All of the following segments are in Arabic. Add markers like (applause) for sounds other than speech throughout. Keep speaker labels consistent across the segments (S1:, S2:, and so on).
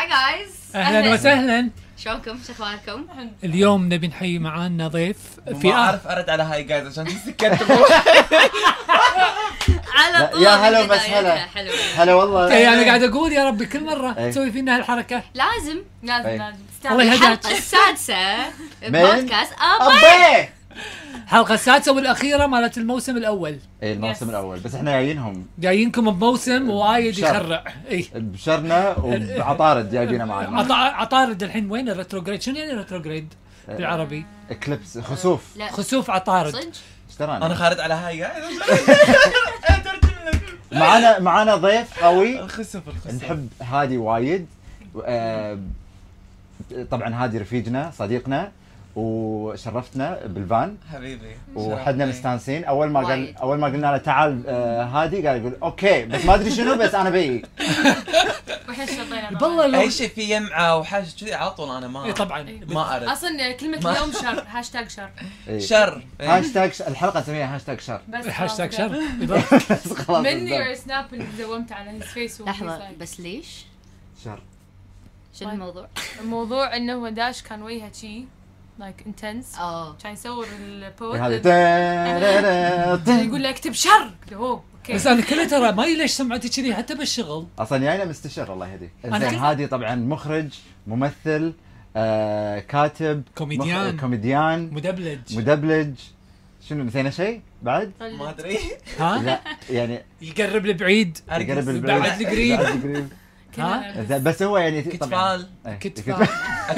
S1: اهلا
S2: أهلاً.
S1: وسهلا
S2: شلونكم شو اخباركم؟
S1: اليوم نبي نحيي معانا ضيف
S3: ما
S1: في آه. آخر
S3: اعرف ارد على هاي جايز عشان سكت
S2: على
S4: لا،
S2: طول
S4: يا
S2: من
S4: هلا
S2: بدايتها،
S4: وسهلا.
S2: حلو
S4: (laughs) هلا والله
S1: يعني قاعد اقول يا ربي كل مره
S4: أي.
S1: تسوي فينا هالحركه
S2: لازم
S5: لازم
S4: أي.
S5: لازم
S4: طيب.
S1: الله يهديك
S2: الحلقه
S4: (laughs)
S2: السادسه بودكاست ابا
S4: أبي
S1: الحلقه السادسه والاخيره مالت الموسم الاول
S4: اي الموسم
S5: Yes.
S4: الاول بس احنا جايينهم
S1: جايينكم بموسم وايد
S4: إيه. شر.
S1: يخرع اي
S4: بشرنا وبعطارد جايبينه معنا
S1: عط- عطارد الحين وين الريتروجريد شنو يعني الريتروجريد بالعربي
S4: اكليبس خسوف
S2: لا
S1: خسوف عطارد
S2: صدق
S4: ايش
S3: انا
S4: ترانا
S3: خارج على هاي
S4: (laughs)
S3: جايز
S4: معانا معانا ضيف قوي
S3: الخسف الخسف
S4: نحب هادي وايد آه، طبعا هادي رفيقنا صديقنا وشرفتنا بالفان
S3: حبيبي
S4: وحدنا مستانسين اول ما
S2: وايد.
S4: قال اول ما قلنا له تعال آه، هادي قال يقول اوكي بس ما ادري شنو بس انا بي
S5: واحنا شطينا
S1: والله لو- إيه،
S3: اي شيء في يمعه وحش كذي على طول انا ما
S1: إي طبعا
S5: إي.
S3: ما ارد
S5: اصلا كلمة
S3: ما-
S5: اليوم شر هاشتاج شر
S4: إي.
S3: شر إيه.
S4: هاشتاج ش- الحلقه نسميها هاشتاج شر
S1: (laughs)
S5: بس
S1: هاشتاج
S5: خلاص
S1: شر
S5: كده.
S1: إذا-
S4: بس خلاص
S5: مني سناب اللي دونت على هيز فيس
S2: لحظه بس ليش؟
S4: شر
S2: شنو الموضوع؟
S5: الموضوع انه هو داش كان وجهه شي لايك انتنس
S2: اه
S5: كان يصور البوست
S4: هذه
S5: يقول له اكتب شر قلت له، اوه اوكي
S1: بس انا كله ترى ما ليش سمعتي كذي حتى بالشغل
S4: اصلا جاينا مستشار الله يهديك
S1: أنا
S4: زين
S1: كنت-
S4: هادي طبعا مخرج ممثل آه كاتب
S1: كوميديان.
S4: مخ... كوميديان
S1: مدبلج
S4: مدبلج شنو نسينا شيء بعد؟
S3: ما
S4: (laughs)
S3: ادري
S1: ها
S4: لا يعني
S1: يقرب البعيد
S4: قرب
S3: أرقص.
S4: البعيد.
S1: بعد القريب.
S4: بعد القريب
S1: ها؟ إيه.
S5: كنا-
S4: زين، بس هو يعني طبعا
S3: كتفال
S4: إيه،
S1: كتفال.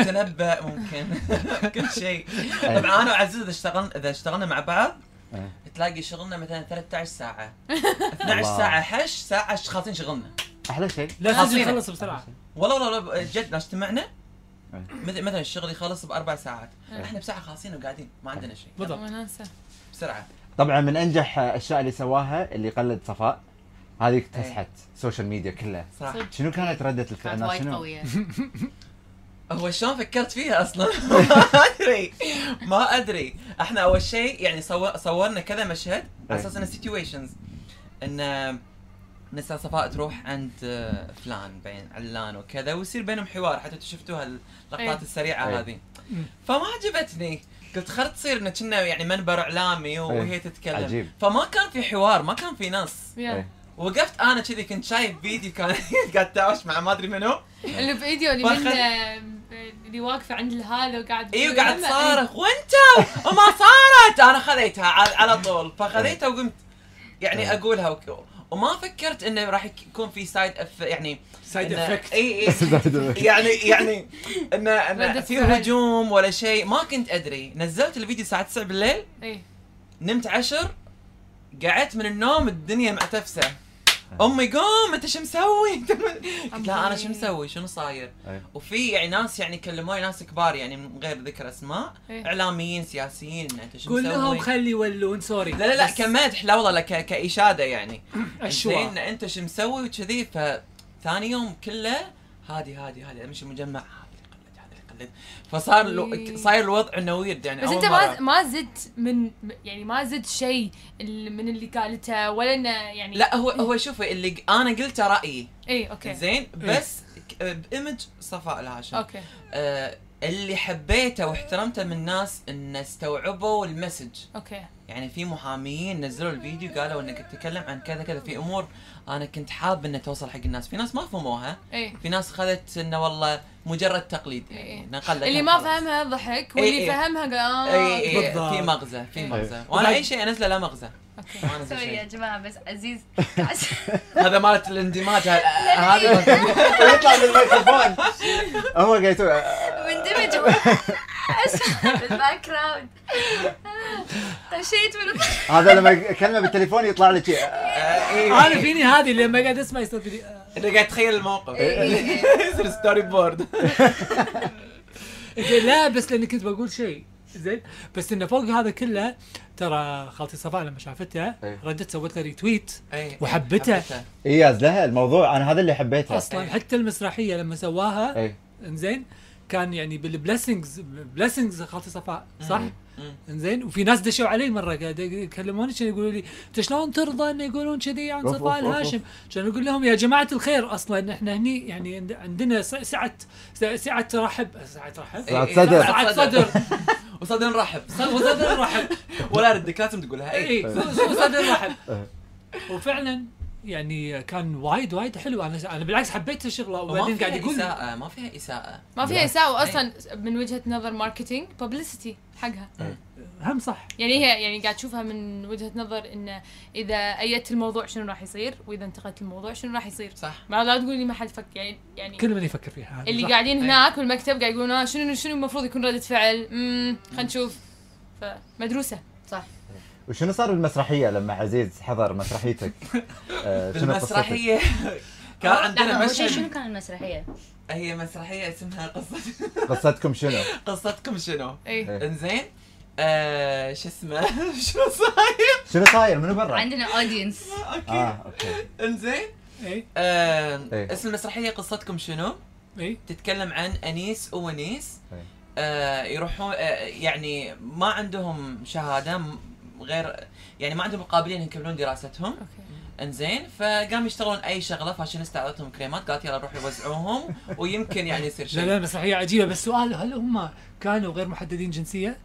S3: اتنبا ممكن (laughs) كل شيء
S4: إيه.
S3: طبعا انا وعزيز اذا اشتغلنا اذا اشتغلنا مع بعض
S4: إيه.
S3: تلاقي شغلنا مثلا 13
S4: (laughs)
S3: ساعه 12
S4: الله.
S3: ساعه حش ساعه خالصين شغلنا
S4: احلى شيء
S1: لا تجي نخلص بسرعه
S3: والله والله والله جد ناس اجتمعنا
S4: إيه.
S3: مثل مثلا الشغل يخلص باربع ساعات
S5: إيه.
S3: احنا بساعه خالصين وقاعدين ما عندنا شيء
S1: بالضبط
S5: وناسة.
S3: بسرعه
S4: طبعا من انجح الاشياء اللي سواها اللي قلد صفاء هذه اكتسحت سوشيال ميديا كلها
S3: صح
S5: صدق.
S4: شنو كانت ردة الفعل
S2: كانت
S4: الناس
S2: وايد
S4: شنو؟ (laughs)
S2: قويه
S3: هو شلون فكرت فيها اصلا ما ادري ما ادري احنا اول شيء يعني صور صورنا كذا مشهد على اساس انه سيتويشنز ان نسا صفاء تروح عند آه، فلان بين علان وكذا ويصير بينهم حوار حتى انتوا شفتوها
S5: أي.
S3: اللقطات السريعه
S4: أي.
S3: هذه فما عجبتني قلت خل تصير انه كنا يعني منبر اعلامي وهي
S4: أي.
S3: تتكلم
S4: عجيب.
S3: فما كان في حوار ما كان في ناس
S5: يا.
S4: إيه. (laughs)
S3: وقفت انا كذي كنت شايف فيديو كان (laughs) قاعد تاوش مع ما ادري منو
S5: (laughs) اللي بايدي اللي
S3: فخل-
S5: من اللي واقفه عند الهاله وقاعد
S3: ايوه قاعد
S5: إيه، لما-
S3: صارخ وانتوا وما صارت انا خذيتها على على طول فخذيتها وقمت يعني
S4: إيه.
S3: اقولها وك- وما فكرت انه راح يك- يكون في سايد اف يعني
S1: سايد
S3: إنه-
S1: افكت
S3: اي
S4: (laughs)
S3: اي يعني يعني انه
S5: ردة
S3: انه في
S5: فعل.
S3: هجوم ولا شيء ما كنت ادري نزلت الفيديو الساعه 9 بالليل
S5: إيه.
S3: نمت عشر قعدت من النوم الدنيا معتفسه امي قوم انت شو مسوي؟ (laughs) أنت م- قلت لا انا شو مسوي؟ شنو صاير؟
S4: أي.
S3: وفي يعني ناس يعني كلموني ناس كبار يعني من غير ذكر اسماء
S5: إيه.
S3: اعلاميين سياسيين إن انت شو
S1: قول لهم
S3: مسوي؟
S1: خلي يولون سوري
S3: لا لا لا
S1: بس
S3: كمدح لا والله لا ك- كاشاده يعني
S1: أشواء.
S3: زين انت شو مسوي وكذي فثاني يوم كله هادي هادي هادي امشي مجمع هذا اللي قلد هذا اللي قلد فصار الو...
S5: إيه.
S3: صاير الوضع انه ويرد يعني
S5: بس
S3: أول
S5: انت
S3: مرة.
S5: ما ما زدت من يعني ما زدت شيء ال- من اللي قالته ولا انه يعني
S3: لا هو هو شوفي اللي ق- انا قلته رايي
S5: اي اوكي
S3: زين
S5: إيه.
S3: بس ك- بايمج صفاء الهاشم
S5: اوكي
S3: آه اللي حبيته واحترمته من الناس انه استوعبوا المسج
S5: اوكي
S3: يعني في محاميين نزلوا الفيديو قالوا انك تتكلم عن كذا كذا في امور انا كنت حاب انها توصل حق الناس في ناس ما فهموها
S5: اي
S3: في ناس خذت انه والله مجرد تقليد
S5: إيه.
S3: يعني نقلد
S5: اللي ما فهمها ضحك واللي
S3: إي إي.
S5: فهمها قال اه
S3: اي اي
S1: بالضبط.
S3: إيه، في مغزى في
S5: إيه. (laughs)
S3: مغزى
S1: وبعد-
S3: وانا اي شيء انزله لا مغزى
S5: اوكي
S3: ما أنزل
S6: سوري يا
S3: شيء.
S6: جماعة بس
S2: (laughs)
S6: عزيز
S3: هذا مالت الاندماج
S5: (laughs)
S3: ه- هذا
S4: يطلع من
S2: (laughs)
S4: الميكروفون هو قاعد يسوي
S6: مندمج (laughs) و- اسمع بالباك
S2: (laughs)
S6: جراوند طشيت من
S4: هذا لما يكلمه بالتليفون يطلع لك شيء
S3: آه، إيه.
S1: انا فيني هذه لما قاعد اسمع يصير فيني آه،
S3: انا قاعد اتخيل الموقف (laughs) يصير ستوري بورد
S1: زين، لا بس لاني كنت بقول شيء زين بس انه فوق هذا كله ترى خالتي صفاء لما شافته
S4: إيه.
S1: ردت سوت له ريتويت
S3: (laughs) إيه.
S1: وحبته.
S4: اياز لها الموضوع انا هذا اللي حبيته إيه.
S1: اصلا حتى المسرحيه لما سواها
S4: اي
S1: انزين كان يعني بالبلسنجز بلسنجز خالتي صفاء صح؟
S4: مم.
S3: مم.
S1: انزين وفي ناس دشوا علي مره قاعد يكلموني كانوا يقولوا لي انت شلون ترضى ان يقولون كذي عن
S4: أوف،
S1: صفاء
S4: أوف، أوف،
S1: الهاشم؟ كان اقول لهم يا جماعه الخير اصلا احنا هني يعني عند- عندنا س- سعه س- سعه رحب سعه رحب
S4: سعة
S3: إيه،
S4: صدر.
S1: سعه صدر
S3: (laughs) وصدر نرحب
S1: صدر رحب
S3: ولا ردك لازم تقولها إيه. اي
S1: اي صدر رحب
S4: إيه.
S1: وفعلا يعني كان وايد وايد حلو انا انا بالعكس حبيت الشغله
S3: وما
S1: وبعدين قاعد
S3: فيها
S1: يقول لي-
S3: اساءه ما فيها اساءه
S5: ما فيها يساوي اصلا من وجهه نظر ماركتينج ببليستي حقها
S1: هم صح
S5: يعني هي يعني قاعد تشوفها من وجهه نظر انه اذا ايدت الموضوع شنو راح يصير واذا انتقدت الموضوع شنو راح يصير
S3: صح
S5: ما لا تقول لي ما حد فك يعني يعني
S1: كل من يفكر فيها هذا
S5: اللي
S1: صح.
S5: قاعدين
S3: أي.
S5: هناك بالمكتب قاعد يقولون آه شنو شنو المفروض يكون ردة فعل امم خلينا نشوف فمدروسه
S4: وشنو صار بالمسرحيه لما عزيز حضر مسرحيتك؟ آه، شنو قصتك؟
S3: المسرحيه
S1: آه،
S3: (laughs) كان عندنا
S2: لحظة، أول شيء شنو
S3: مشهد
S2: كان المسرحية؟
S4: طيب.
S3: هي مسرحيه اسمها قصه
S4: قصتكم شنو؟
S3: (laughs) قصتكم شنو؟
S5: اي
S4: إيه.
S3: انزين آه شو اسمه (laughs) شنو صاير؟
S4: شنو صاير منو برا؟
S2: عندنا اودينس
S4: اه
S3: اوكي
S4: اوكي
S3: انزين
S1: اي
S3: آه
S4: إيه.
S3: اسم المسرحيه قصتكم شنو؟
S1: اي
S3: تتكلم عن انيس وونيس
S4: إيه.
S3: آه يروحون آه يعني ما عندهم شهاده م- غير يعني ما عندهم القابليه انهم يكملون دراستهم
S5: اوكي
S3: انزين فقام يشتغلون اي شغله فاشينيستا اعطتهم كريمات قالت يلا روحوا وزعوهم ويمكن يعني يصير
S1: لا لا
S3: شيء
S1: مسرحيه عجيبه بس سؤال هل هم كانوا غير محددين جنسيه؟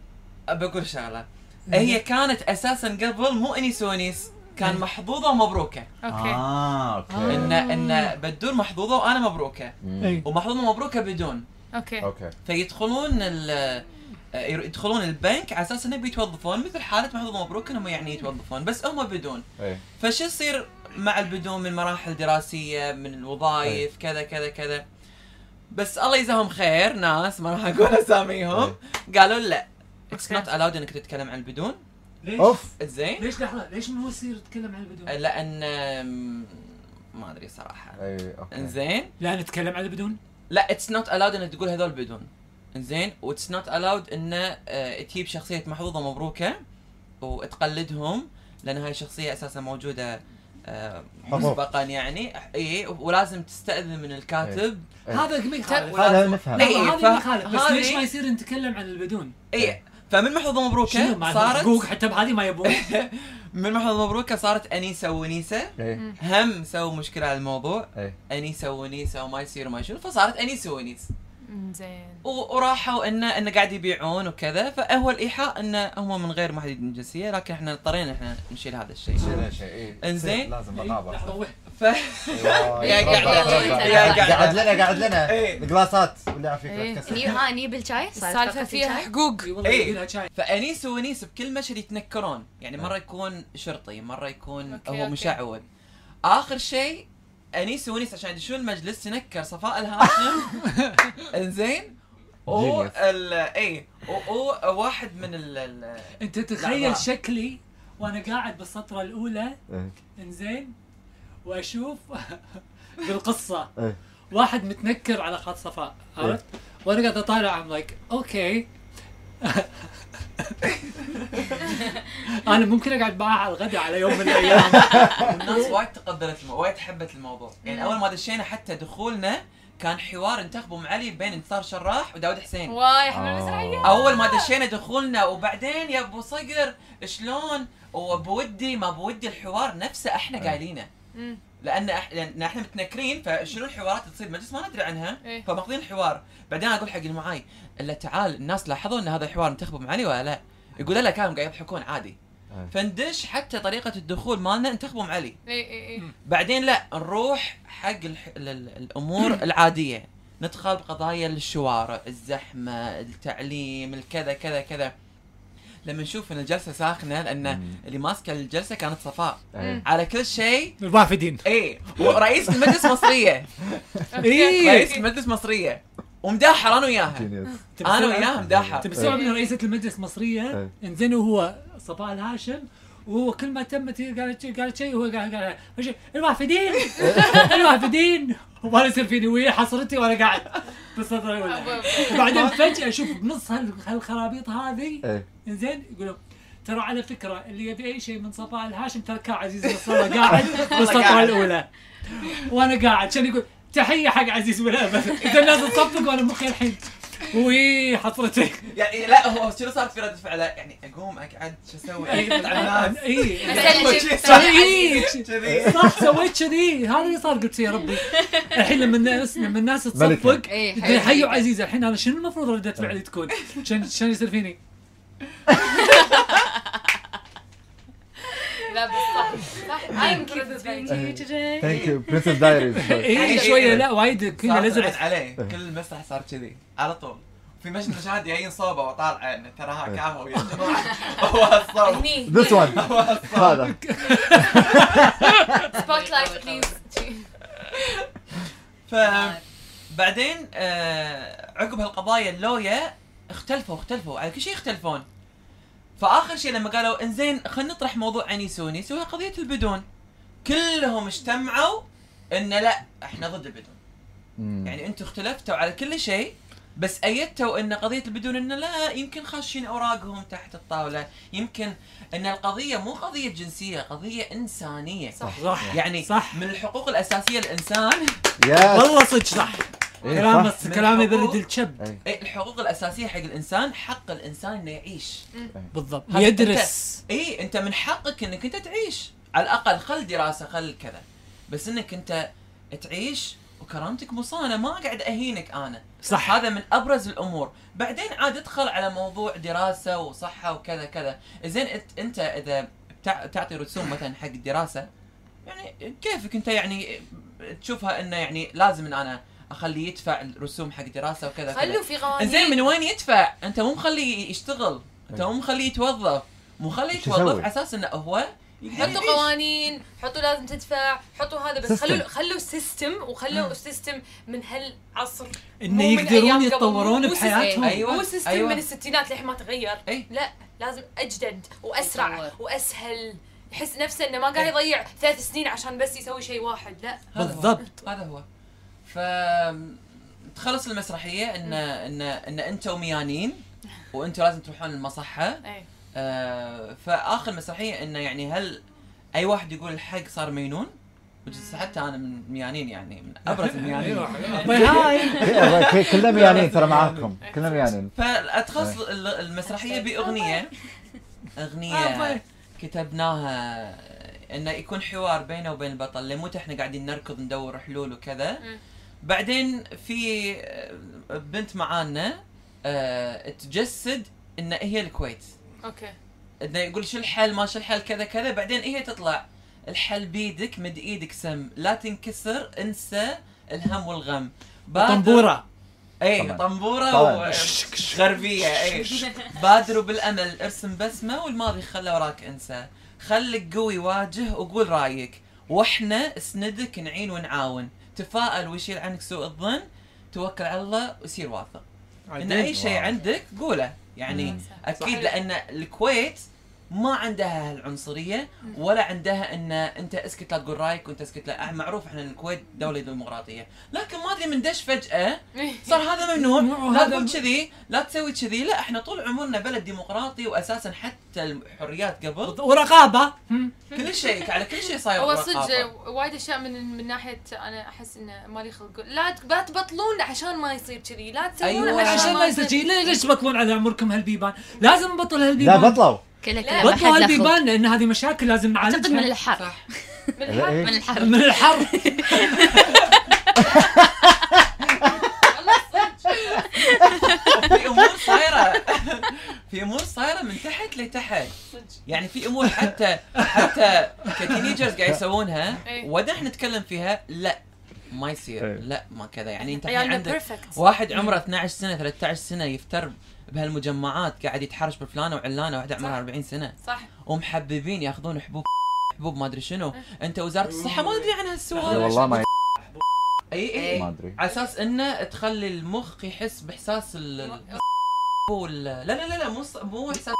S3: بقول شغله هي كانت اساسا قبل مو انيس ونيس كان
S1: إيه.
S3: محظوظه ومبروكه
S5: اوكي
S4: اه اوكي
S3: ان ان بدون محظوظه وانا مبروكه
S4: مم.
S1: اي
S3: ومحظوظه مبروكه بدون
S5: اوكي
S4: اوكي
S3: فيدخلون ال آه، يدخلون البنك على اساس انهم بيتوظفون مثل حاله محظوظه مبروك انهم يعني يتوظفون بس هم بدون
S4: اي
S3: فشو يصير مع البدون من مراحل دراسيه من الوظائف كذا كذا كذا بس الله يجزاهم خير ناس ما راح اقول اساميهم قالوا لا اتس نوت الاود انك تتكلم عن البدون
S1: ليش؟
S4: اوف
S3: زين
S1: ليش لحظه ليش مو يصير يتكلم عن البدون؟
S3: لان آم، ما ادري صراحه
S4: اي اوكي
S3: انزين
S1: لا نتكلم عن البدون
S3: لا اتس نوت الاود انك تقول هذول بدون زين واتس نوت الاود انه آه، تجيب شخصيه محظوظه مبروكه وتقلدهم لان هاي الشخصيه اساسا موجوده آه،
S4: حقوق.
S3: مسبقا يعني اي ولازم تستاذن من الكاتب
S4: إيه.
S1: هذا ما يخالف
S3: ولازم-
S4: هذا نفهم
S3: إيه.
S1: لحظة، هذا ما
S3: ف-
S1: يخالف بس
S3: هذه-
S1: ليش ما يصير نتكلم عن البدون؟
S3: اي فمن محظوظه
S1: شنو
S3: مبروكه
S1: مع
S3: صارت
S1: حقوق حتى بهذه ما
S4: (laughs)
S1: يبون
S3: من محظوظه مبروكه صارت انيسه ونيسه
S4: اي
S3: هم سووا مشكله على الموضوع
S4: اي
S3: انيسه ونيسه وما يصير وما شنو فصارت انيسه ونيس
S5: أمم، زين
S3: و- وراحوا انه انه قاعد يبيعون وكذا فهو الايحاء انه هم من غير محدد من الجنسيه لكن احنا اضطرينا احنا نشيل هذا الشيء
S4: شنو شيء إيه.
S3: إنزين.
S4: لازم
S1: لحظة،
S4: بغابه
S1: وين؟
S3: ف
S4: يا
S3: قاعد-
S2: يا
S3: قاعد-
S4: قاعد لنا قاعد لنا
S3: إيه.
S4: القلاصات واللي
S5: إيه.
S4: عافيك
S2: نيب ها نيب الشاي صارت
S5: السالفه
S2: فقط (laughs)
S5: فيها
S2: الشاي؟
S5: حقوق
S1: اي والله
S3: إيه.
S1: يبي لها شاي
S3: فانيس وانيس بكل مشهد يتنكرون يعني مره يكون شرطي مره يكون
S5: أوكي،
S3: هو
S5: أوكي.
S3: مشعوذ اخر شيء انيس وانيس عشان يدشون المجلس تنكر صفاء
S5: (laughs)
S3: الهاشم انزين و
S4: Genius.
S3: ال- اي إيه، و- و- واحد من ال- ال
S1: انت تخيل
S3: لحظة.
S1: شكلي وانا قاعد بالسطره الاولى
S4: إيه.
S1: انزين (laughs) واشوف بالقصه
S4: إيه.
S1: واحد متنكر على خط صفاء عرفت؟ وانا قاعد اطالع ام لايك اوكي انا ممكن اقعد معاه على الغداء على يوم من الايام
S3: الناس وايد تقبلت المو- وايد حبت الموضوع يعني اول ما دشينا حتى دخولنا كان حوار انتخبوا ام علي بين انتصار شراح وداود حسين
S5: واي احنا المسرحيه
S3: اول ما دشينا دخولنا وبعدين يا ابو صقر شلون وبودي ما بودي الحوار نفسه احنا قايلينه
S5: أمم.
S3: لان إح- لان احنا متنكرين فشنو الحوارات اللي تصير بالمجلس ما ندري عنها
S5: إيه.
S3: فماخذين الحوار بعدين اقول حق اللي معاي الا تعال الناس لاحظوا ان هذا الحوار انتخبوا معالي ولا لا يقول لا كانوا قاعد يضحكون عادي
S4: إيه.
S3: فندش حتى طريقه الدخول مالنا انتخبوا معالي
S5: اي اي اي
S3: بعدين لا نروح حق الح... ال- ال- الامور العاديه ندخل بقضايا الشوارع الزحمه التعليم الكذا كذا كذا لما نشوف ان الجلسه ساخنه لان
S4: مم.
S3: اللي ماسكه الجلسه كانت صفاء
S4: إيه.
S3: على كل شيء
S1: الوافدين
S3: اي ورئيس المجلس مصريه
S1: إيه.
S3: رئيس المجلس مصريه ومداحر انا وياها
S4: Genius.
S3: انا وياها مداحر
S1: انت مستوعب ان رئيسة المجلس المصرية انزين وهو صفاء الهاشم وهو كل ما تمت قالت شيء- قالت شيء وهو قال قال وش- الوافدين الوافدين وانا يصير فيني ويا حصرتي وانا قاعد بالصدر الأولى. وبعدين فجأة اشوف بنص هال- هالخرابيط هذه
S4: إيه.
S1: انزين يقولوا ترى على فكرة اللي يبي اي شيء من صفاء الهاشم ترى كان عزيز (laughs) نصارى قاعد بالسطرة الاولى وانا قاعد كان يقول تحية حق عزيز ولا بس إذا الناس تصفق وانا مخي الحين وي حصرتك
S3: يعني لا هو شنو صارت في رده فعله يعني اقوم اقعد شو اسوي؟ اقعد على
S1: (laughs)
S3: الناس
S1: اي
S2: (laughs)
S3: سويت
S1: إي، صح سويت كذي هذا اللي صار قلت يا ربي الحين لما الناس لما الناس تصفق
S4: ملكة.
S2: إيه، حيو
S1: حيو عزيزه الحين انا شنو المفروض رده فعلي تكون؟ شنو شنو يصير فيني؟
S5: لا بس صح صح اي ام
S4: ثانك يو برنسس دايريز
S1: اي شويه لا وايد كنا
S3: لازم
S1: لازم
S3: علي كل المسرح صار كذي على طول في مش- مشاهد جايين صوبه وطالعه إنه تراها كافو يا جماعه (laughs) هو الصوب
S5: هني
S4: ذس
S5: (laughs)
S4: وان هذا
S5: سبوت لايت بليز
S3: فبعدين آه عقب هالقضايا اللوية اختلفوا اختلفوا على كل شيء يختلفون فاخر شيء لما قالوا انزين خلينا نطرح موضوع انيسوني سوي قضيه البدون كلهم اجتمعوا ان لا احنا ضد البدون
S4: Hmm.
S3: يعني انتم اختلفتوا على كل شيء بس ايدتوا ان قضيه البدون ان لا يمكن خاشين اوراقهم تحت الطاوله يمكن ان القضيه مو قضيه جنسيه قضيه انسانيه صح.
S1: صح
S3: يعني
S1: صح.
S3: صح. من الحقوق الاساسيه الانسان
S4: يس
S1: والله صدق صح كلام
S4: إيه، صح.
S1: كلامي برد الشب
S4: إيه.
S3: إيه، الحقوق الاساسيه حق الانسان حق الانسان انه يعيش
S1: بالضبط
S3: هذا
S1: يدرس
S3: اي انت من حقك انك انت تعيش على الاقل خل دراسه خل كذا بس انك انت تعيش وكرامتك مصانه ما قاعد اهينك انا
S1: صح.
S3: هذا من ابرز الامور بعدين عاد ادخل على موضوع دراسه وصحه وكذا كذا زين إت- انت اذا بتع- تعطي رسوم مثلا حق الدراسه يعني كيفك انت يعني تشوفها انه يعني لازم ان انا اخليه يدفع الرسوم حق دراسه وكذا كذا
S5: خلوا في قوانين
S3: زين من وين يدفع؟ انت مو مخليه يشتغل، انت مو مخليه يتوظف، مو مخليه
S4: شو يسوي؟
S3: يتوظف على اساس انه هو
S5: حطوا قوانين حطوا لازم تدفع حطوا هذا بس
S4: System.
S5: خلوا خلوا سيستم وخلوا سيستم من هالعصر
S1: انه
S5: مو من أيام
S1: يقدرون
S5: قبل،
S1: يتطورون
S5: مو
S1: بحياتهم
S5: سيستم-
S3: أيوة،
S5: مو سيستم
S3: أيوة.
S5: من الستينات للحين ما تغير
S3: إيه.
S5: لا لازم اجدد واسرع
S2: يتطور.
S5: واسهل يحس نفسه انه ما قاعد يضيع ثلاث سنين عشان بس يسوي شيء واحد لا (laughs)
S1: بالضبط.
S3: هذا هو ف تخلص المسرحيه ان ان ان انتم ميانين وانتم لازم تروحون المصحه
S5: اي
S3: آه، فاخر مسرحيه انه يعني هل اي واحد يقول الحق صار مينون؟ وجس- حتى انا من ميانين يعني من
S1: (laughs)
S3: ابرز
S5: أيوة.
S1: أيوة.
S3: الميانين
S1: باي هاي
S4: إيه، والله ك- كلنا ميانين يعني ترى معاكم يعني. كلنا ميانين
S3: فالتخص
S4: طيب.
S3: ال- المسرحيه باغنيه اغنيه
S1: أبا.
S3: كتبناها انه يكون حوار بينه وبين البطل لموت احنا قاعدين نركض ندور حلول وكذا
S5: مم.
S3: بعدين في آه، بنت معانا آه، تجسد ان هي الكويت
S5: اوكي (laughs)
S3: انه يقول شو الحل ما شو الحل كذا كذا بعدين هي تطلع الحل بيدك مد ايدك سم لا تنكسر انسى الهم والغم
S5: أيوة.
S3: إيه، بادر-
S1: طنبوره
S3: اي
S4: طبعاً.
S3: طنبوره
S4: طبعاً.
S3: وغربيه اي بادروا بالامل ارسم بسمه والماضي خله وراك انسى خلك قوي واجه وقول رايك واحنا اسندك نعين ونعاون تفائل ويشيل عنك سوء الظن توكل على الله وسير واثق ان اي شيء
S4: واو.
S3: عندك قوله يعني
S4: مم.
S3: اكيد لان الكويت ما عندها هالعنصريه ولا عندها ان انت اسكت لا تقول رايك وانت اسكت لا أه، معروف احنا الكويت دوله ديمقراطيه لكن ما ادري من دش فجاه صار هذا ممنوع لا
S1: هذا
S3: تقول
S1: م-
S3: كذي لا تسوي كذي لا احنا طول عمرنا بلد ديمقراطي واساسا حتى الحريات قبل
S1: ورقابه هم.
S3: كل شيء على كل شيء صاير
S5: هو
S3: رقابة.
S5: صدق وايد اشياء من من ناحيه انا احس انه مالي خلق لا تك- لا تبطلون عشان ما يصير كذي لا تسوون
S3: أيوة.
S1: عشان ما يصير شيء ليه- ليش تبطلون على عمركم هالبيبان؟ لازم نبطل
S4: لا
S1: هالبيبان
S4: بطلوا
S2: كله
S5: لا،
S2: كله ما
S1: بطلوا
S2: حد له خلق.
S1: هالبيبان لان هذه مشاكل لازم
S2: اعتقد من
S1: نعالجها
S2: الحر
S5: من الحرب
S2: من الحر
S1: (laughs) من الحر
S3: في امور صايره (laughs) في امور صايره من تحت لتحت يعني في امور حتى حتى كتينيجرز قاعد يسوونها
S5: إيه.
S3: ودا احنا نتكلم فيها لا ما يصير
S4: إيه.
S3: لا ما كذا يعني انت الحين
S5: عيالنا
S3: عندك
S5: بيرفكت
S3: واحد عمره 12 سنه 13 سنه يفتر بهالمجمعات قاعد يتحرش بفلانه وعلانه واحده
S5: صح.
S3: عمرها 40 سنه
S5: صح
S3: ومحببين ياخذون حبوب حبوب ما ادري شنو انت وزاره الصحه ما ادري عن
S4: إيه،
S3: هالسوالف
S4: والله ما
S3: اي اي
S4: ما ادري
S3: على اساس انه تخلي المخ يحس باحساس ال ال- وال- لا لا لا لا مو ص- مو احساس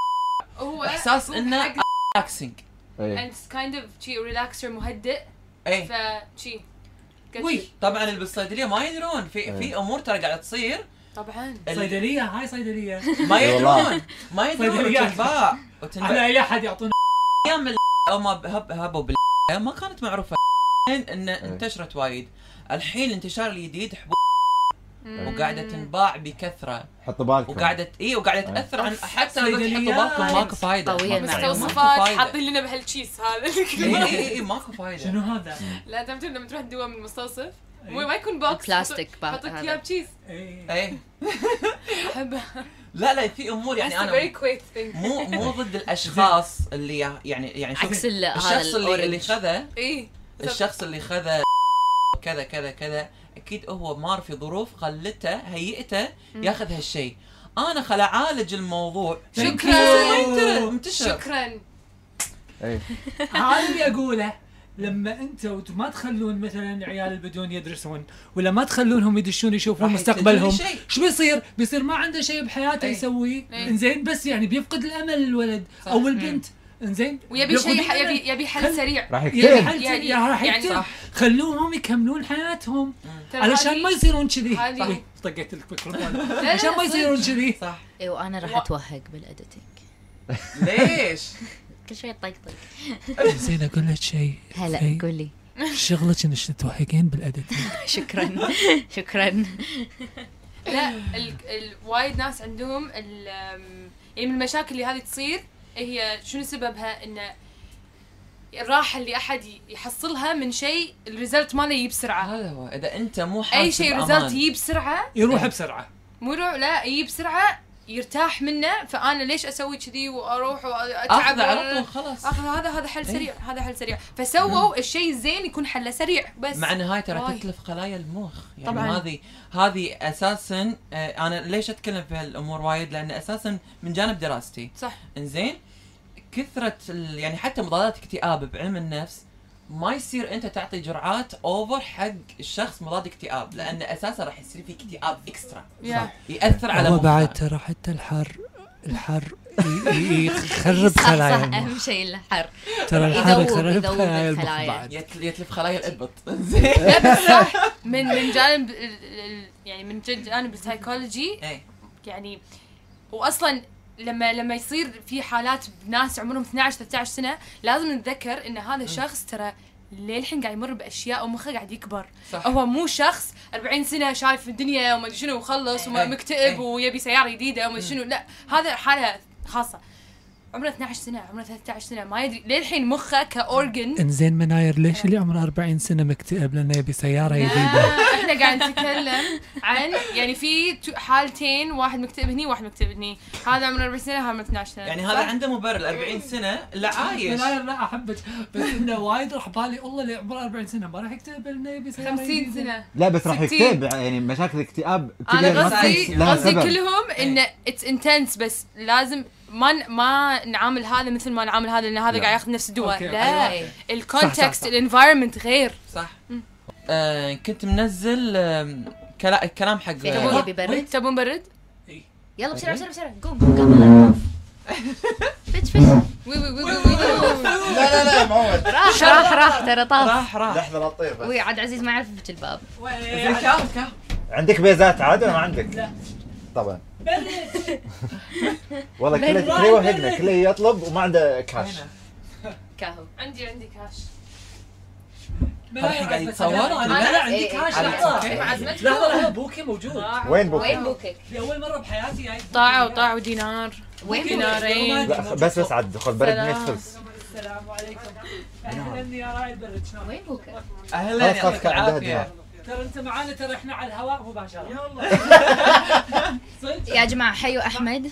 S5: هو
S3: احساس انه ريلاكسنج
S4: إيه.
S5: and it's kind of شي ريلاكسر مهدئ
S3: اي
S5: فشي
S1: وي
S3: طبعا اللي بالصيدليه ما يدرون في في امور ترى قاعده تصير
S5: طبعا
S3: ال-
S1: صيدليه هاي
S5: (laughs)
S1: صيدليه
S3: ما
S4: إي والله.
S3: يدرون ما يدرون
S1: صيدليات.
S3: وتنباع وتنباع
S1: على اي احد يعطونا
S3: ايام ال- او ما هب هبوا بال ما كانت معروفه ان إن انتشرت وايد الحين الانتشار الجديد حبوب وقاعده تنباع بكثره
S4: حطوا بالكم
S3: وقاعده اي وقاعده تاثر عن حتى لو قلت حطوا
S1: صيدليات.
S3: بالكم ماكو فايده
S2: قوية
S3: ماكو فايدة.
S5: مستوصفات
S3: ماكو فايدة. إيه.
S5: حاطين لنا بهالتشيس هذا
S3: اي اي اي ماكو فايده
S1: شنو هذا؟
S5: (laughs) لا تعرف لما تروح الدواء من المستوصف
S1: إيه.
S5: مو- ما يكون بوكس
S2: بلاستيك
S5: يحط-
S2: باك
S5: يحط لك
S2: هذا.
S5: اياه (laughs) بتشيز
S1: إيه.
S3: اي
S5: احبها
S3: لا لا في امور يعني إيه.
S5: يعني فيري
S3: انا
S5: كويت ثينك
S3: مو مو ضد الاشخاص اللي يعني يعني شوفي،
S2: عكس ال- هذا
S3: الشخص اللي اللي
S2: الاورنج
S3: خذه
S5: اي
S3: الشخص اللي خذ كذا كذا كذا اكيد هو مار في ظروف خلته هيئته ياخذ هالشيء انا خل اعالج الموضوع
S1: Thank
S5: شكراً.
S1: you.
S3: ما ينتر- منتشر
S5: شكرا
S4: اي
S1: هذا اللي اقوله لما انتوا ما تخلون مثلا عيال البدون يدرسون ولا ما تخلونهم يدشون يشوفون
S3: راح
S1: مستقبلهم
S3: يتجنن شيء.
S1: شو بيصير؟ بيصير ما عنده شيء بحياته
S3: أي.
S1: يسويه
S5: أي.
S1: انزين بس يعني بيفقد الامل الولد
S5: إيه. صح. إيه.
S1: او البنت انزين
S5: ويبي
S1: بيفقدون
S5: شيء ح-
S1: الأمل.
S5: يبي يبي حل سريع
S4: راح
S1: يا
S4: يكتب
S1: حل-
S5: يعني-
S1: يا راح
S5: يعني
S1: يكتب.
S5: صح.
S1: خلوهم يكملون حياتهم
S5: ترى
S1: علشان
S5: هذه-
S1: ما يصيرون كذي
S5: هذه-
S1: طق- طقيت الميكروفون
S5: لا، لا،
S1: علشان ما
S5: صدق.
S1: يصيرون كذي
S3: صح
S2: اي وانا إيوه، راح
S5: وا-
S2: اتوهق بالاديتنج
S5: (laughs)
S3: ليش؟
S2: كل شوي طقطق
S1: زين اقول لك شيء
S2: هلا
S1: في
S2: قول لي
S1: شغلك انك تتوهقين بالاديتنج
S2: (laughs) شكرا شكرا
S5: لا ال- ال- وايد ناس عندهم ال- أم، يعني من المشاكل اللي هذه تصير هي شنو سببها انه الراحه اللي احد ي- يحصلها من شيء الريزلت ماله يجي بسرعه
S3: هذا هو اذا انت مو حاسس
S5: اي شيء
S3: بأمان.
S5: ريزلت يجي بسرعه
S1: يروح بسرعه
S5: مو رو- لا يجي بسرعه يرتاح منه فانا ليش اسوي كذي واروح واتعب
S3: اخذه على طول خلاص
S5: اخذ هذا هذا حل
S3: إيه.
S5: سريع هذا حل سريع فسووا الشيء الزين يكون حله سريع بس
S3: مع ان هاي ترى
S5: واي.
S3: تتلف خلايا المخ يعني
S5: طبعاً.
S3: هذه هذه اساسا آه، انا ليش اتكلم في هالامور وايد لان اساسا من جانب دراستي
S5: صح
S3: انزين كثرة ال- يعني حتى مضادات اكتئاب بعلم النفس ما يصير انت تعطي جرعات اوفر حق الشخص مضاد اكتئاب لان اساسا راح يصير في اكتئاب اكسترا
S5: يا.
S3: ياثر على
S1: هو
S3: مخك.
S1: بعد ترى حتى الحر الحر ي- ي- يخرب
S2: (laughs) صح
S1: خلايا
S2: صح
S1: المخ
S2: اهم شيء الحر
S1: ترى الحر
S2: يذوب-
S1: يخرب
S2: يذوب
S1: خلايا المخ
S2: الخلايا.
S1: بعد
S3: يتل- يتلف خلايا (laughs) الابط انزين
S5: لا بس صح (laughs) من من جانب ال- ال- يعني من جد جانب السايكولوجي
S3: إيه.
S5: يعني واصلا لما لما يصير في حالات بناس عمرهم 12 13 سنه لازم نتذكر ان هذا الشخص ترى للحين قاعد يمر باشياء ومخه قاعد يكبر
S3: صح.
S5: هو مو شخص 40 سنه شايف الدنيا وما ادري شنو وخلص
S3: إيه.
S5: ومكتئب
S3: إيه.
S5: ويبي سياره جديده وما ادري شنو لا هذا حاله خاصه عمره 12 سنه عمره 13 سنه ما يدري للحين مخه كاورجن
S1: انزين مناير ليش اللي عمره 40 سنه مكتئب لانه يبي سياره جديده
S5: لا، احنا قاعد نتكلم عن يعني في تو- حالتين واحد مكتئب هني واحد مكتئب هني هذا عمره 40 سنه هذا عمره 12 سنه
S3: يعني هذا عنده مبرر 40 سنه لا عايش
S1: مناير لا احبك بس انه وايد راح بالي والله اللي عمره 40 سنه ما راح يكتئب لانه يبي سياره
S5: 50
S1: جديدة.
S5: سنه
S4: لا بس راح
S5: ستين.
S4: يكتب يعني مشاكل الاكتئاب
S5: انا
S4: ما
S5: قصدي
S4: تكون لها
S5: قصدي
S4: سبب.
S5: كلهم ان اتس انتنس بس لازم ما ن- ما نعامل هذا مثل ما نعامل هذا لان هذا
S4: لا.
S5: قاعد ياخذ نفس الدواء
S1: أوكي،
S5: لا
S2: أيوة.
S1: صح، صح.
S5: الكونتكست الانفايرمنت غير
S3: صح آه كنت منزل آم، كلا- كلام حق
S2: في
S3: آه،
S2: أحد يبي برد
S5: تبون برد؟
S2: يلا بسرعه بسرعه بسرعه قوم قوم قبل فتش فتش
S5: وي وي وي وي وي
S4: لا لا لا معود
S2: راح راح راح ترى طاف
S3: راح إيه، راح
S4: لحظه لا تطير بس
S2: وي عاد عزيز ما يعرف يفتش الباب
S3: زين، كاف كاف
S4: عندك بيزات عاد ولا ما عندك؟ لا طبعا والله كله كله يوهقنا كله يطلب وما عنده كاش
S3: هنا.
S2: كاهو
S5: عندي عندي كاش
S1: مناير
S3: قاعد
S1: عزمة
S3: يتصور؟
S1: سيارة.
S3: أنا-
S1: لا لا عندي
S2: إيه،
S1: كاش
S2: إيه.
S1: لحظه
S3: أوكي.
S1: لحظه لحظة، بوكي موجود
S4: وين بوك؟
S2: وين بوكي؟
S1: لاول مره بحياتي جاي
S5: طاعه وطاعه ودينار
S2: وين بوكي؟
S1: بوكي
S5: دينارين
S4: لا بس بس عاد دخل برد ما
S5: سلام.
S4: يخلص
S1: السلام عليكم اهلا يا راعي البرد شلونك؟
S2: وين بوكي؟
S3: اهلا
S4: خلاص خلاص
S3: يعطيك
S4: كان عندها
S3: العافيه
S4: دينار
S1: ترى انت معانا ترى احنا على الهواء مباشره يلا صدق
S2: يا جماعه حيوا احمد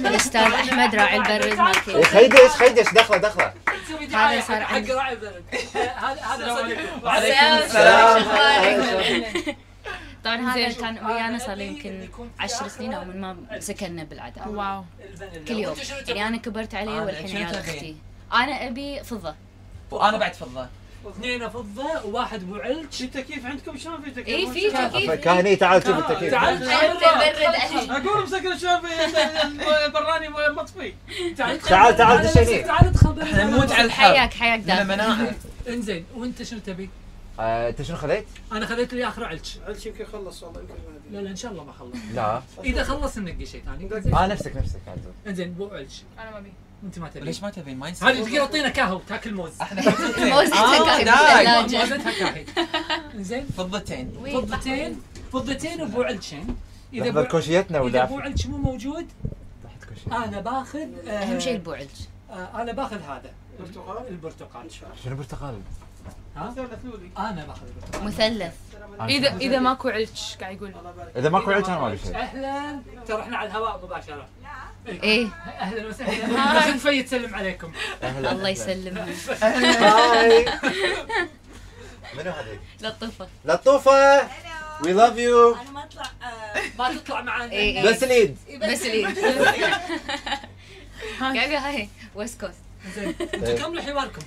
S2: الاستاذ احمد راعي البرد
S4: إيه،
S2: مالكي
S4: خيدش خيدش دخله دخله
S1: تسوي دعايه
S2: هذا صار
S1: حق حق
S2: عندي.
S1: راعي البرد هذا هذا صديقي
S3: وعليكم
S2: السلام.
S3: السلام
S2: أخبارك؟ طبعا طيب، هذا
S5: زين.
S2: كان
S1: آه،
S2: ويانا صار لي يمكن 10 سنين او من ما سكننا بالعدالة
S5: واو
S2: كل يوم
S1: وأنت شنو
S2: يعني انا كبرت عليه
S3: أنا
S2: والحين
S3: شنو
S2: عيال
S3: تبين؟
S2: اختي انا ابي فضه
S3: وانا بعد فضه
S1: اثنين فضه وواحد ابو علج
S7: التكييف عندكم شلون في تكييف؟
S2: اي إيه، في تكييف
S4: فكاني تعال شوف التكييف
S1: تعال تعال
S2: انت
S1: برا.
S2: برد اهلي
S7: اقول مسكر شلون في براني مطفي
S1: تعال
S4: تعال- تعال دش هني.
S1: تعال تخبر
S3: احنا نموت على الحر
S2: حياك حياك (laughs)
S3: من
S2: داخل
S3: المناعه
S1: انزين وانت شنو تبي؟
S4: آه، انت شنو خذيت؟
S1: انا خذيت لي اخر علج
S7: عاد يمكن خلص والله يمكن
S1: لا لا ان شاء الله ما خلص
S4: لا
S1: اذا خلص ننقي شيء ثاني
S4: اه نفسك نفسك عاد.
S1: انزين ابو علج
S5: انا ما ابي
S1: وانت ما تبي
S3: ليش ما تبين ما يصير
S1: هذه تقدر تعطينا كاهو تاكل موز
S3: احنا
S1: (laughs)
S2: موزتها كاهي
S3: آه، داي.
S2: بالثلاجه
S1: موزتها كاهي انزين
S3: فضتين
S2: وي،
S1: فضتين فضتين ابو علشن اذا
S4: لحظة
S1: ابو
S4: كوشيتنا
S1: اذا
S4: ولا
S1: ابو علش مو موجود
S4: تحت كوشيتنا
S1: انا باخذ آه،
S2: اهم شيء البعلج
S1: آه، انا باخذ هذا
S7: برتقال؟
S1: البرتقال
S4: شنو برتقال؟
S1: ها
S7: ثلثولي
S1: انا باخذ البرتقال
S2: مثلث
S4: آه،
S5: اذا اذا ماكو علش قاعد يقول
S7: الله يبارك
S4: اذا ماكو عيد انا ما اقول شيء
S1: اهلا ترى احنا على الهواء مباشره
S2: ايه
S1: اهلا (laughs) وسهلا لازم في يتسلم عليكم
S4: أهلا.
S2: الله يسلمها
S4: (laughs) هاي منو هذيك؟
S2: لطفة
S4: لطوفة وي لاف يو
S8: انا ما اطلع آه،
S1: ما تطلع معانا
S3: إيه،
S2: ايه ايه
S4: بس اليد
S2: بس
S3: (laughs)
S2: لي قاعدة هاي ويست كوست
S1: زين انتم
S3: طيب.
S1: كملوا حواركم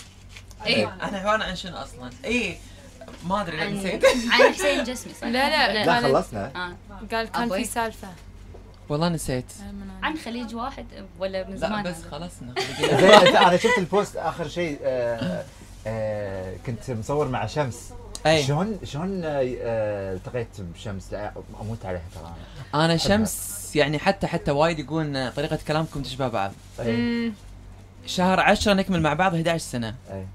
S2: ايه
S3: انا حيوان عن شنو اصلا؟ اي ما ادري لا
S2: عن
S3: نسيت (laughs)
S2: عن حسين جسمي صح؟
S5: لا، لا.
S4: لا خلصنا
S2: آه.
S5: قال كان
S2: أبوي.
S5: في سالفه
S3: والله نسيت
S2: عن خليج واحد ولا من
S3: لا
S2: زمان
S3: بس
S2: هذا؟
S3: (laughs) خلصنا
S4: زين انا شفت البوست اخر شيء آه، آه، كنت مصور مع شمس
S3: اي
S4: شلون شلون آه، آه، التقيت بشمس لا اموت عليها ترى أنا.
S3: انا شمس يعني حتى حتى وايد يقولون طريقه كلامكم تشبه بعض
S4: إيه،
S3: شهر 10 نكمل مع بعض 11 سنه
S4: إيه.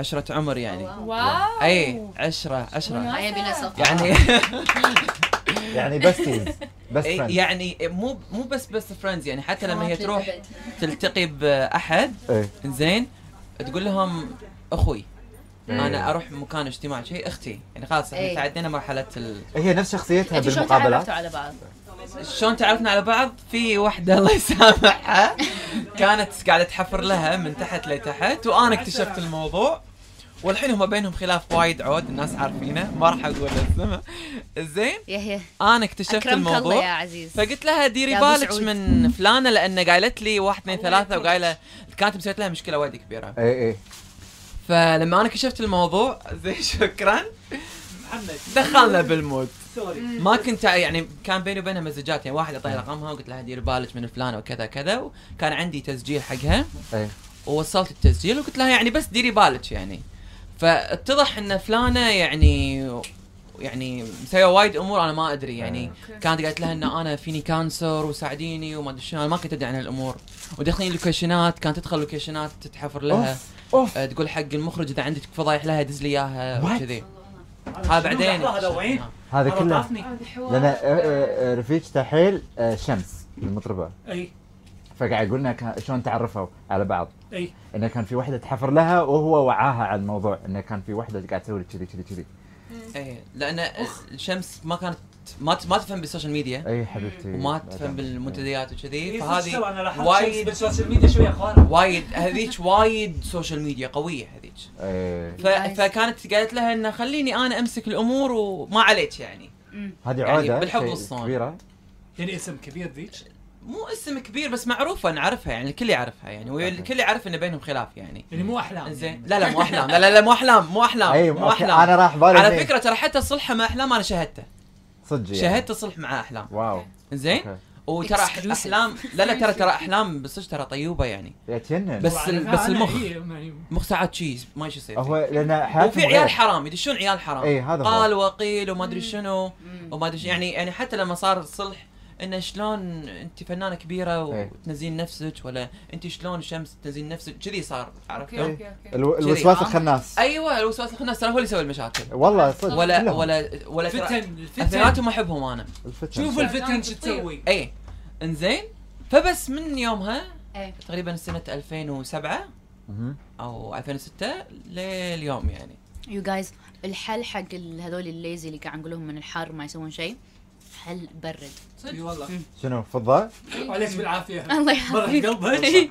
S3: عشرة عمر يعني
S2: واو.
S5: واو
S3: اي عشرة عشرة
S2: هاي بلا صف
S3: يعني (laughs)
S4: يعني بستيز بس
S3: إي،
S4: فريند
S3: يعني مو مو بس بس فريندز يعني حتى لما هي تروح تلتقي باحد
S4: إيه.
S3: زين تقول لهم اخوي
S4: إيه.
S3: انا اروح مكان اجتماع شيء اختي يعني خلاص احنا
S2: إيه.
S3: تعدينا مرحله ال...
S4: هي نفس شخصيتها
S2: انتوا شلون تعرفتوا
S4: بالمقابلات
S2: على بعض؟
S3: شلون تعرفنا على بعض في وحده الله
S2: (laughs)
S3: يسامحها كانت قاعده تحفر لها من تحت لتحت وانا اكتشفت الموضوع والحين هم بينهم خلاف وايد عود الناس عارفينه ما راح اقول اسمه زين
S2: يحيى
S3: انا اكتشفت
S2: اكرمك الله يا
S3: الموضوع
S2: عزيز
S3: فقلت لها ديري
S2: يا أبو
S3: بالك
S2: سعود.
S3: من فلانه لان قالت لي واحد اثنين ثلاثه وقايله كانت مسويت لها مشكله وايد كبيره
S4: اي اي
S3: فلما انا كشفت الموضوع (laughs) زين شكرا
S1: محمد
S3: دخلنا بالمود
S1: سوري
S3: ما كنت يعني كان بيني وبينها مزجات يعني واحد اعطيها رقمها وقلت لها دير بالك من فلانه وكذا كذا وكان عندي تسجيل حقها
S4: إيه.
S3: ووصلت التسجيل وقلت لها يعني بس ديري بالك يعني فاتضح ان فلانه يعني يعني مسويه وايد امور انا ما ادري يعني كانت قالت لها ان انا فيني كانسر وساعديني وما ادري شنو انا ما كنت ادري عن هالامور ودخلني لوكيشنات كانت تدخل لوكيشنات تتحفر لها
S4: اوف اوف
S3: آه، تقول حق المخرج اذا عندك فضايح لها دز لي اياها
S4: What؟
S3: وكذي هذا بعدين
S1: هذا وين؟
S4: هذا
S1: هذا
S4: كله
S1: طافني.
S4: لان آه، آه، آه، رفيج تحيل آه، شمس المطربه
S1: اي
S4: فقاعد يقول لنا كان- شلون تعرفوا على بعض
S1: اي
S4: انه كان في وحده تحفر لها وهو وعاها على الموضوع انه كان في وحده قاعد تسوي كذي كذي كذي
S3: ايه لان الشمس ما كانت ما ما تفهم بالسوشيال ميديا
S4: اي حبيبتي
S3: وما تفهم بالمنتديات
S1: إيه،
S3: وكذي
S1: فهذه
S3: فهذه
S1: انا لاحظت شيء
S3: وايد
S1: بالسوشيال ميديا شوي يا اخوان
S3: وايد هذيك وايد سوشيال ميديا قويه هذيك
S4: إيه.
S3: ف... فكانت قالت لها انه خليني انا امسك الامور وما عليك يعني
S4: هذه
S3: يعني
S4: عوده
S3: بالحب
S4: شيء
S3: والصون.
S4: كبيره
S1: يعني اسم كبير ذيك
S3: مو اسم كبير بس معروفه نعرفها يعني الكل يعرفها يعني والكل يعرف ان بينهم خلاف يعني
S1: يعني مو احلام
S3: زين لا لا مو احلام لا لا, لا مو احلام مو احلام
S4: اي
S3: مو احلام
S4: انا راح بالي
S3: على
S4: إني
S3: فكره ترى حتى صلحه مع احلام انا شهدته
S4: صدق يعني.
S3: شهدت صلح مع احلام
S4: واو
S3: زين
S4: أوكي.
S3: وترى
S2: Exclusive.
S3: احلام لا لا ترى ترى احلام بالصدق ترى طيوبه يعني
S4: يا تجنن
S3: بس ال- بس المخ
S1: إيه، يعني
S3: مخ ساعات شيء ما شي يصير
S4: هو
S3: فيه.
S4: لان حياتهم
S3: وفي عيال
S4: غير.
S3: حرام يدشون عيال حرام
S4: اي هذا هو
S3: قال وقيل وما ادري شنو وما ادري شنو، يعني يعني حتى لما صار الصلح انه شلون انت فنانه كبيره
S4: إيه.
S3: وتنزلين نفسك ولا انت شلون شمس تنزلين نفسك كذي صار عرفت؟
S5: اوكي اوكي اوكي
S4: الو- الوسواس
S3: آه.
S4: الخناس
S3: ايوه الوسواس الخناس ترى هو اللي يسوي المشاكل
S4: والله صدق
S3: ولا
S4: كلهم.
S3: ولا ولا ترى
S1: فتن الفتن
S3: اثنيناتهم احبهم انا
S4: الفتن
S1: شوف
S4: صدق.
S1: الفتن شو تسوي
S3: اي انزين إيه. فبس من يومها
S2: إيه.
S3: تقريبا سنه 2007
S4: مهم.
S3: او 2006 لليوم يعني
S2: يو جايز الحل حق ال- هذول الليزي اللي قاعد نقولهم من الحر ما يسوون شيء حل برد
S1: اي والله
S4: شنو فضه؟
S1: وعليك بالعافيه
S2: الله
S1: برا
S2: يحفظك
S1: قلبك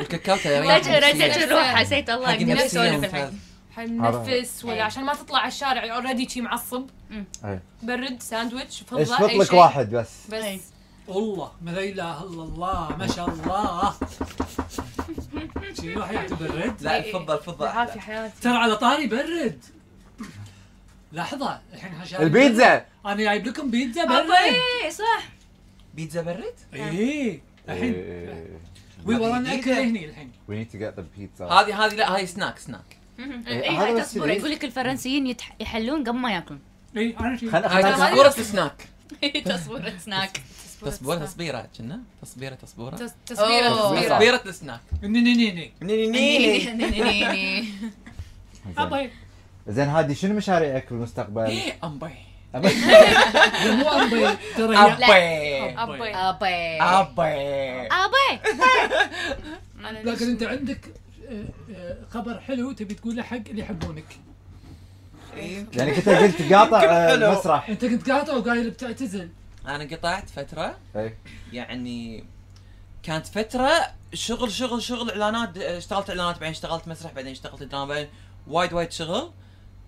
S3: الكاكاو
S2: رجع
S3: ترى
S2: رجع الروح حسيت الله
S3: حق
S2: قاعد
S3: نفسيا
S2: اسولف
S3: ممتاز.
S2: الحين
S5: حننفس
S2: إيه.
S5: ولا عشان ما تطلع على الشارع اوريدي شي معصب
S2: أمم.
S4: إيه.
S5: برد ساندويتش فضه
S4: اشفط
S5: أي
S4: لك
S5: شيء.
S4: واحد بس
S2: إيه.
S5: بس
S1: والله ما لا اله الا الله ما شاء الله شي يروح يعتبر رد
S3: لا الفضه الفضه
S5: بالعافيه
S3: أحلى.
S5: حياتي
S1: ترى على طاري برد لحظه الحين هشام
S4: البيتزا
S1: انا جايب لكم بيتزا برد
S6: اي صح
S3: بيتزا برد؟
S1: ايه الحين وي والله انا اكل هني الحين
S4: وي نيد تو جيت ذا
S2: آه.
S4: بيتزا
S3: هذه هذه لا هاي سناك سناك
S4: إيه،
S2: اي
S4: هذا
S2: هاي
S4: بس
S2: تصبر
S4: الليزي.
S2: يقول لك الفرنسيين يتح- يحلون قبل ما ياكلون
S1: اي انا شي
S2: آه،
S4: خل
S3: هاي
S4: خل
S5: هذه-
S3: تصبوره سناك
S2: (laughs) تصبر (laughs) سناك
S3: تصبوره تصبيره كنا تصبيره تصبوره
S5: تس- تصبيره
S2: أوه.
S5: تصبيره
S3: تصبيره السناك
S1: ني ني ني ني
S3: نيني.
S2: (laughs)
S3: إيه.
S4: زين. زين هادي شنو مشاريعك بالمستقبل؟
S3: امبي
S1: هي مو امبي ترى هي
S3: ابي
S5: ابي
S2: ابي
S3: ابي
S2: ابي
S5: انا
S1: لكن
S5: ليش-
S1: انت عندك آه، آه، خبر حلو تبي تقوله حق اللي يحبونك
S3: إيه.
S4: يعني كنت قلت
S3: (laughs)
S4: قاطع آه،
S3: حلو.
S4: مسرح
S1: انت كنت قاطع وقايل بتعتزل
S3: انا قطعت فتره
S4: إيه.
S3: يعني كانت فتره شغل شغل شغل اعلانات اشتغلت اعلانات بعدين اشتغلت مسرح بعدين اشتغلت دراما بعدين وايد وايد شغل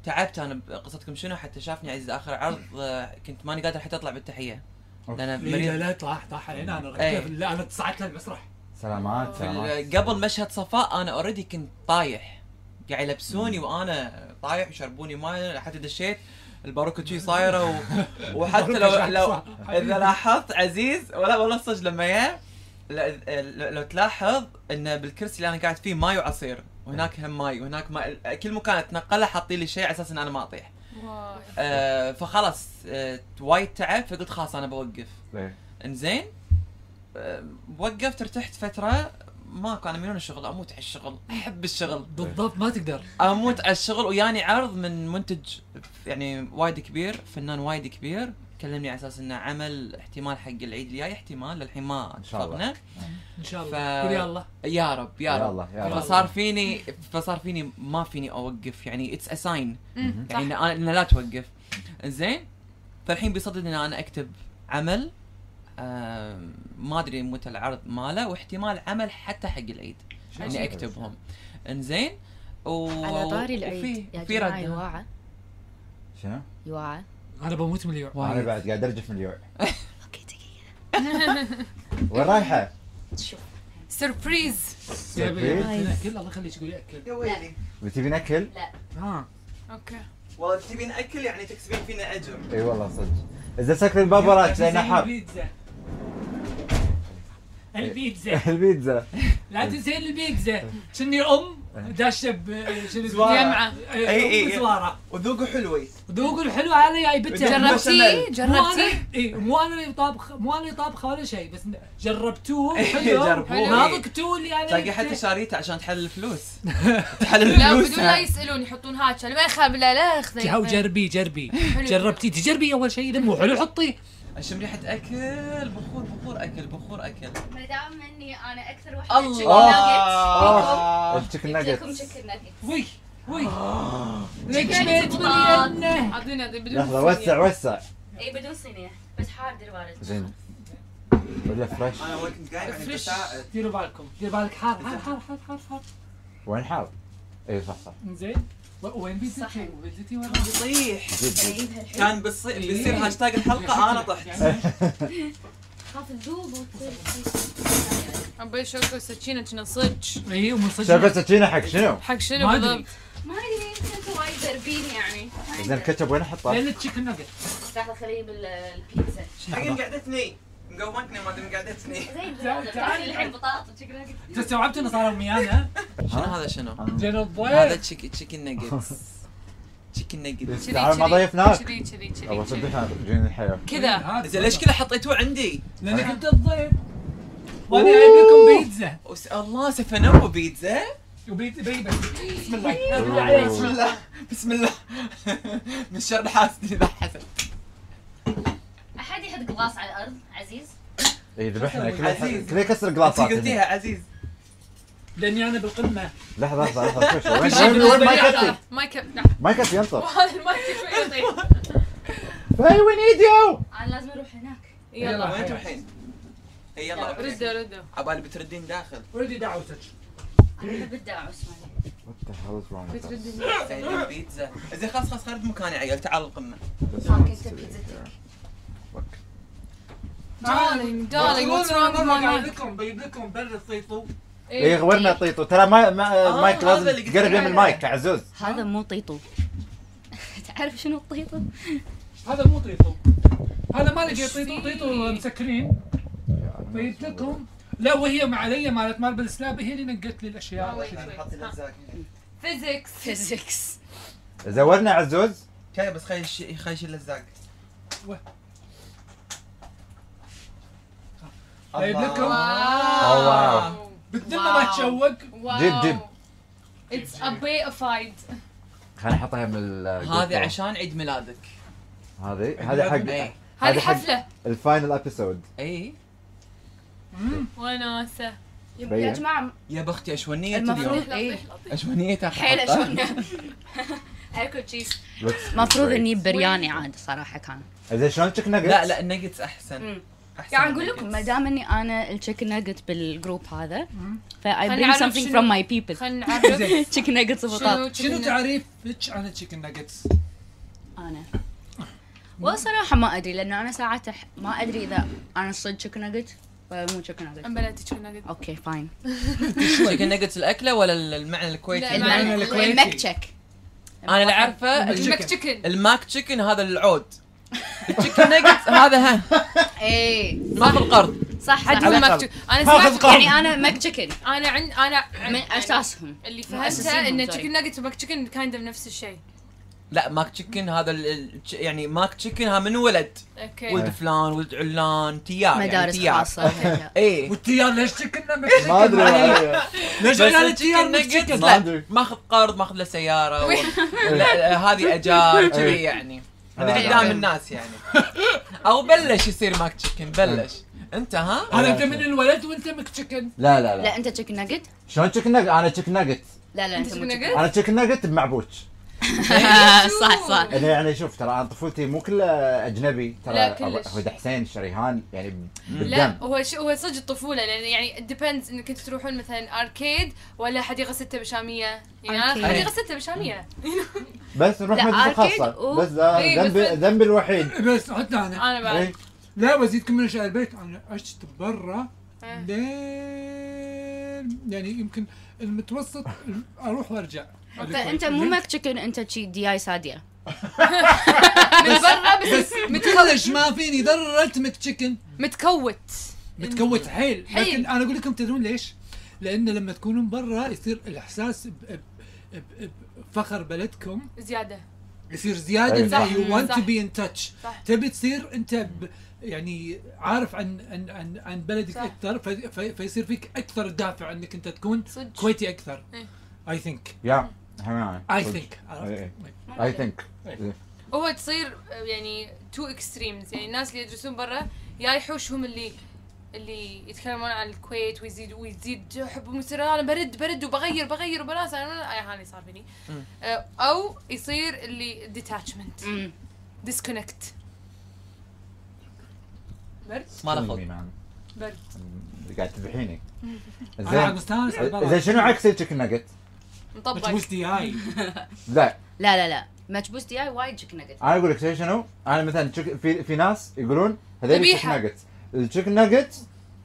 S3: تعبت انا بقصتكم شنو حتى شافني عزيز اخر عرض آه، كنت ماني قادر حتى اطلع بالتحيه لان أنا
S1: إيه، لا
S3: مريض
S1: لا طاح طاح علينا انا
S3: إيه.
S1: ركبت لا انا تصعدت للمسرح
S4: سلامات
S3: في
S4: سلامات
S3: ال- آه، قبل مشهد صفاء انا اوريدي كنت طايح قاعد يلبسوني وانا طايح وشربوني ماي لحتى دشيت الباروكه شي صايره و... وحتى لو لو اذا لاحظت عزيز ولا والله صدق لما يا لو لو تلاحظ ان بالكرسي اللي انا قاعد فيه ماي وعصير وهناك هم ماي وهناك ماي كل مكان اتنقله حاطين لي شيء على اساس ان انا ما اطيح
S5: واو.
S3: أه فخلاص أه وايد تعب فقلت خلاص انا بوقف
S4: إيه.
S3: انزين أه وقفت ارتحت فتره ماكو انا مجنون الشغل اموت على الشغل احب الشغل
S1: بالضبط ما تقدر
S3: اموت على الشغل وياني عرض من منتج يعني وايد كبير فنان وايد كبير كلمني على اساس انه عمل احتمال حق العيد الجاي احتمال للحين ما
S4: إن شاء الله.
S3: تفضنا
S1: ان شاء الله
S3: ف-
S1: قول يا الله
S3: يا رب يا
S4: يا
S3: رب
S4: الله يا
S1: الله.
S4: الله
S3: فصار فيني فصار فيني ما فيني اوقف يعني اتس اساين
S5: أمم، صح.
S3: يعني إن أنا- انه لا توقف زين فالحين بيصدد ان انا اكتب عمل آم، ما ادري متى العرض ماله واحتمال عمل حتى حق العيد اني اكتبهم انزين و...
S2: على طاري
S3: وفي-
S2: العيد يا
S3: في
S2: جماعه
S3: رد
S2: يواعه
S4: شنو؟
S2: يواعه
S1: انا بموت من اليوم
S4: انا بعد قاعد ارجف من اليوع
S2: اوكي دقيقه
S4: وين رايحه؟
S5: سربريز
S1: يبي
S4: سربريز.
S1: يبي ياكل الله يخليك يقول ياكل
S3: يا ويلي
S4: بتبي ناكل؟
S1: ها
S5: اوكي
S3: والله تبين اكل يعني تكسبين فينا اجر
S4: اي والله صدق اذا سكر الباب وراك لانه حار
S1: البيتزا البيتزا
S4: (laughs) البيتزا
S1: لا تنسين البيتزا شني ام داشه ب شنو
S3: زوارة.
S5: جمعة.
S3: إي
S1: اي
S3: إي.
S1: اي زواره
S3: وذوقه حلوي
S1: ذوقوا الحلو انا جايبتها
S3: جربت.
S1: مو
S5: جربتي
S1: انا
S5: جربتي
S1: اي مو انا اللي طابخه مو انا اللي طابخه ولا شيء بس جربتوه
S3: إي،
S1: حلو
S3: إيه، جربوه.
S1: ما ذقتوه اللي انا
S3: تلاقي
S1: جبته.
S3: حتى شاريته عشان تحلل
S5: (laughs)
S3: الفلوس تحلل
S5: إيه. لا بدون لا
S3: الفلوس
S5: يسالون يحطون هاتش أنا ما يخاف لا لا اخذ
S1: هاو جربي جربي جربتي تجربي اول شيء اذا مو حلو حطي
S3: اشم ريحه اكل بخور بخور اكل بخور اكل
S6: ما دام اني انا اكثر واحده
S5: الله.
S6: تشيكن ناجت
S4: آه، التشيكن
S6: لكم
S4: ناجتس
S6: تشيكن ناجت
S1: وي وي
S3: آه،
S1: ليش
S6: جربت
S1: بيت
S6: بطاط.
S1: مليانة.
S5: اعطينا بدون
S4: لحظه
S5: فلوس.
S4: وسع وسع
S6: اي بدون صينيه بس حار وارد
S4: زين ولا فريش
S3: انا وين كنت قاعد يعني
S1: فريش ديروا بالكم ديروا بالك حار حار حار حار حار, حار.
S4: وين حار؟ اي صح صح
S1: زين و- وين بيتزتي؟ بيتزتي وين؟
S3: بطيح
S4: جد جد
S3: (laughs) كان بيصير بيصير هاشتاج الحلقه انا (laughs) طحت
S1: يعني
S6: خاف تذوب وتصير
S5: ابي شوكه وسكينه كنا صدج
S1: اي ومن
S4: شايفه
S1: صدق
S4: سكينه حق شنو؟
S5: حق شنو
S1: إيه، ما ادري
S5: بالضبط؟
S6: ما ادري يمكن انتم وايد دربين يعني ما
S4: زين
S6: أدري.
S4: الكاتشب وين احطه؟
S1: لان التشيكن ناجت
S6: لحظه خليه بالبيتزا
S3: حقين قعدتني مقومتني ما دام قعدتني
S6: زي
S1: تعال- تعال.
S6: البيتزا الحين بطاطا وتشيكن ناجت
S1: انت استوعبت انه صار امي انا؟
S3: شنو هذا شنو؟
S1: زين
S3: هذا
S1: الضيف
S3: تشيكن تشيكن
S5: (laughs)
S3: ناجتس تشيكن ناجتس
S4: تعال ما ضيفناك
S5: شري- شري- شري-
S4: ابغى
S5: شري.
S4: اصدقها جين الحياه
S5: كذا
S3: زين ليش كذا آه. حطيتوه عندي؟
S1: لانك انت الضيف وانا جايب لكم بيتزا
S3: وس- الله سفنوه بيتزا
S1: وبيت بيبة بسم الله
S4: أوه.
S1: بالله عليك.
S3: بسم الله بسم الله (laughs) من شر الحاسد اذا حسد
S6: احد يحط قلاص على الارض عزيز
S4: اي ذبحنا كله
S3: عزيز.
S4: كله يكسر
S3: انت
S4: قلاصات هنا.
S3: قلتيها عزيز
S1: لاني انا بالقمه
S4: لحظه لحظه لحظه شوي
S3: (laughs)
S4: شوي
S1: شيء
S4: وين- وين وين ما
S1: بالنسبة لي
S4: يكفي
S5: ما يكفي
S4: ما يكفي ينطر
S5: هذا المايك شوي يطيح
S4: اي وي نيد يو
S6: انا آه، لازم اروح هناك
S5: يلا
S3: وين انتم الحين؟ اي إيه، يلا
S4: (laughs)
S5: ردوا ردوا
S3: عبالي بتردين داخل
S1: ولدي دعوتك
S6: احب الدعوس ما أدري.
S4: وات ذا هيل از رونج
S5: بتردوا
S3: سايلين بيتزا زين خلاص خلاص خرج مكاني عيال تعال القمه
S4: آه،
S6: آه،
S5: دارلينج دارلينج واتس رونج ماي
S7: بجيب
S5: مايك
S7: لكم بجيب لكم برد الطيطو
S5: إيه،
S4: اي إيه، غورنا طيطو ترى ما ما
S3: آه،
S4: المايك
S3: هذا
S4: لازم
S3: اللي قلت
S4: تقرب
S3: لك
S4: يم
S3: عليه.
S4: المايك يا عزوز
S2: هذا مو (laughs) طيطو
S6: تعرف شنو الطيطو؟
S1: هذا مو طيطو هذا ما لقيت
S5: فيه؟
S1: طيطو طيطو مسكرين فجبت لكم لا وهي مع علي مالت مال بالسلاب هي اللي نقت لي الاشياء
S5: فيزيكس
S2: فيزيكس
S4: زورنا عزوز
S3: شاي بس خلي الشيء خلي الشيء لزاق
S1: جايب لكم
S4: أوه،
S5: واو
S4: واو.
S1: بتذمه ما تشوق
S5: واو
S4: جيب- جيب.
S5: اتس ابيفايد
S4: خلينا نحطها من ال-
S3: هذه عشان عيد ميلادك إيه،
S4: هذه هذا حق
S3: اي
S5: هذه
S4: هذه حق-
S5: حفله
S4: الفاينل ابيسود
S3: اي
S5: وناسه
S6: يا
S4: بيا.
S6: جماعه
S3: يا بختي اشونية اليوم
S2: المفروض
S1: إيه.
S2: ايه
S3: اشونية
S6: حيل
S3: تحت
S6: اشوفنا اكل تشيز
S2: المفروض اني برياني عاد صراحه كان
S4: زين شلون تشيك ناجتس؟
S3: لا لا النجتس احسن
S6: مم.
S3: احسن
S2: يعني
S6: قاعد اقول لكم
S3: النجتس.
S2: ما دام اني انا التشيكن ناجت بالجروب هذا فاي
S5: خلني
S2: برينج
S5: أعرف
S2: something
S5: شنو-
S2: from my (laughs) people
S5: خلينا نعرف
S1: زين
S2: تشيكن ناجتس وبطاطا
S5: شنو
S1: شنو
S5: شنو
S1: تعريفك عن التشيكن ناجتس؟
S2: انا وصراحة ما ادري لانه انا ساعات أح... ما ادري اذا انا صدق تشيكن ناجت ولا مو تشيكن ناجت
S5: امبلا تشيكن ناجت
S2: اوكي فاين
S3: تشيكن نجتس الاكله ولا المعنى
S5: لا،
S3: الكويتي؟
S5: المعنى
S1: المعنى الكويتي.
S2: المك تشيك
S3: انا اللي عارفه
S5: المك
S3: الشك-
S5: تشيكن
S3: الماك تشيكن هذا العود التشيكن نجتس هذا ها
S2: اي
S3: ما في القرض
S2: صح
S5: حد
S2: صح
S5: يقول
S3: على
S5: مك
S3: الأقل.
S5: تشيكن انا
S1: هذا
S5: سمعت
S1: القرض.
S2: يعني انا مك تشيكن
S5: انا عن انا عن-
S2: من
S5: يعني
S2: اساسهم
S5: اللي
S2: مؤسسينهم،
S5: فهمته ان
S2: sorry.
S5: تشيكن ناجت ومك تشيكن كايند اوف نفس الشيء
S3: لا ماك تشيكن هذا ال- ال- تش- يعني ماك تشيكن ها من ولد
S5: اوكي
S3: ولد فلان ولد علان
S4: آه،
S3: تيار
S2: مدارس
S3: يعني تيار.
S4: (laughs)
S2: خاصة
S3: ايه
S1: والتيار ليش تشيكن
S4: ما ادري والله.
S1: ليش
S3: بس
S1: عيال
S3: التشيكن
S1: التيار مش
S3: نجتس
S1: تشيكن؟
S4: ما
S3: لا
S4: أدري.
S3: ماخذ قرض ماخذ له سياره و... لا هذه اجار كذي يعني هذا
S4: آه.
S3: قدام الناس يعني (laughs) او بلش يصير ماك تشيكن بلش انت ها
S1: هذا انت من الولد وانت مك تشيكن
S4: لا لا
S2: لا
S4: لا
S2: انت تشيكن ناجت
S4: شلون تشيك ناجت؟ انا تشيك ناجت
S2: لا لا
S5: انت
S2: انت مو
S5: تشيكن
S2: تشيكن
S5: ناجت
S4: انا تشيك ناجت بمعبوج
S2: (laughs) صح صح
S4: انا يعني شوف ترى انا طفولتي مو كلها اجنبي
S5: لا،
S4: ترى
S5: كلش.
S4: هو حسين شريهان يعني
S5: لا
S4: بالدم
S5: هو ش... هو صدق الطفوله لان يعني ديبندز انك انتوا تروحون مثلا اركيد ولا حديقه سته بشاميه يعني
S2: أركيد.
S5: أنا حديقه سته بشاميه
S4: بس نروح
S2: لا،
S4: مدرسه
S2: أركيد
S4: خاصه
S2: و-
S4: بس ذا
S5: إي، إيه، بس-
S4: ذنبي ذنبي الوحيد إيه؟
S1: بس حتى انا
S5: انا بعد
S4: إي.
S1: لا وازيدكم من اشياء البيت انا عشت برا
S5: إيه.
S1: لين يعني يمكن المتوسط اروح وارجع
S2: فانت مو مك تشيكن انت تشي دي اي سادية
S5: من برا بس
S1: (laughs) متكلش ما فيني ذره مك تشيكن
S5: متكوت
S1: متكوت حيل
S5: حيل.
S1: لكن انا اقول لكم تدرون ليش؟ لان لما تكونون برا يصير الاحساس ب- ب- ب- بفخر بلدكم
S5: زياده
S1: يصير
S4: أيوة.
S1: زياده
S5: صح،
S1: يو ونت تو
S5: صح.
S1: بي ان تاتش
S5: صح.
S1: تبي تصير انت ب- يعني عارف عن عن عن, عن بلدك
S5: صح.
S1: اكثر في في فيصير فيك اكثر دافع انك انت تكون
S5: صدق.
S1: كويتي اكثر
S5: إيه.
S1: اي ثينك
S4: يا
S1: اي ثينك
S4: إيه. اي ثينك
S5: هو تصير يعني تو اكستريمز يعني الناس اللي يدرسون برا يا يحوش هم اللي اللي يتكلمون عن الكويت ويزيد ويزيد حبهم يصير انا برد برد وبغير بغير وبناس انا أنا- هاني صار فيني آه، او يصير اللي ديتاتشمنت
S2: أمم.
S5: ديسكونكت برد
S3: ما ناخذ
S5: برد
S4: قاعد تذبحيني
S1: انا قاعد
S4: زين
S1: مستانس على برا.
S4: زين شنو عكس التشيكن ناجت؟
S5: مطبق
S1: مش دي هاي
S4: لا
S2: لا لا لا مكبوس دي اي وايد تشيكن ناجت
S4: انا اقول لك شيء شنو؟ انا مثلا تشيك- في في ناس يقولون هذول
S5: ذبيحة.
S4: تشيكن ناجت التشيكن ناجت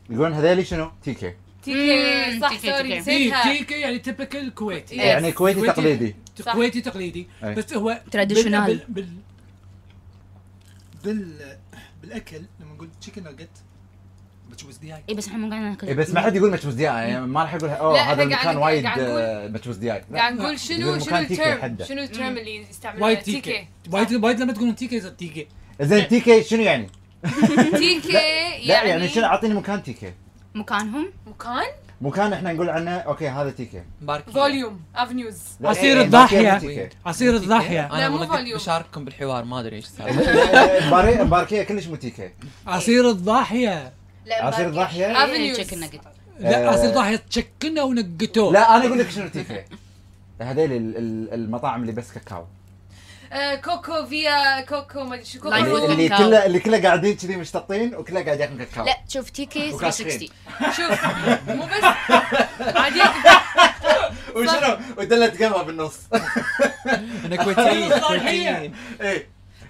S4: يقولون هذول شنو؟ تيكي
S5: تيكي
S2: مم،
S5: صح
S2: تيكي،
S5: سوري
S2: تيكي.
S5: نسيتها
S1: تيكي يعني تبكل كويتي
S5: Yes.
S4: يعني كويتي
S1: كويتي.
S4: تقليدي
S5: صح.
S1: كويتي تقليدي
S4: أي.
S1: بس هو
S2: Traditional.
S1: بال بال بال بالاكل لما نقول تشيكن ناجت بتشوف دي هاي
S2: اي بس احنا مو قاعدين
S4: إيه
S2: ناكل
S4: بس ما حد يقول متشوز دي آي، يعني ما راح يقول اوه
S5: لا، إحنا
S4: هذا المكان
S5: قاعد-
S4: وايد
S5: قاعد نقول-
S4: آه، متشوز دي اي لا
S5: قاعد نقول شنو
S4: يقول
S5: شنو
S4: مكان تيكي
S5: التيرم
S4: حده.
S5: شنو الترم اللي يستعملونه
S1: وايد تيكي وايد وايد لما تقولون تيكي يصير تيكي
S4: زين تيكي شنو يعني؟
S5: تيكي
S4: لا يعني
S5: يعني
S4: شنو اعطيني مكان تيكي
S2: مكانهم
S5: مكان
S4: مكان احنا نقول عنه اوكي هذا تيكي
S3: باركي
S5: فوليوم افنيوز
S4: لا،
S1: عصير
S4: إيه، إيه،
S1: الضاحية.
S4: باركيه مو تيكي.
S1: عصير الضاحيه
S3: انا
S5: مو
S3: والله كنت
S5: فوليوم.
S3: بشارككم بالحوار ما ادري ايش صار
S4: (laughs) إيه، باري- باركيه كلش مو تيكي
S1: عصير الضاحيه
S6: لا
S4: عصير
S6: باركي.
S4: الضاحيه
S5: Avenues.
S2: تشيكن ناجت
S4: آه.
S1: لا عصير الضاحيه تشكنه ونقته
S4: لا انا اقول لك شنو تيكي هذيل ال- ال- المطاعم اللي بس كاكاو
S5: آه، كوكو فيا كوكو ما ادري شو كوكو
S2: لا،
S4: اللي,
S2: يقول
S5: روز.
S4: اللي
S2: كاكاو.
S4: كله اللي كله قاعدين كذي مشتطين وكله قاعد ياكل كاكاو
S2: لا شوف تيكي
S4: وكان
S2: 360
S5: شوف مو بس عادي
S4: (laughs) وشنو ودله قمه بالنص (laughs)
S3: انا
S5: (laughs)
S3: كويتيين
S1: صحيح.
S3: كويتيين
S4: ايه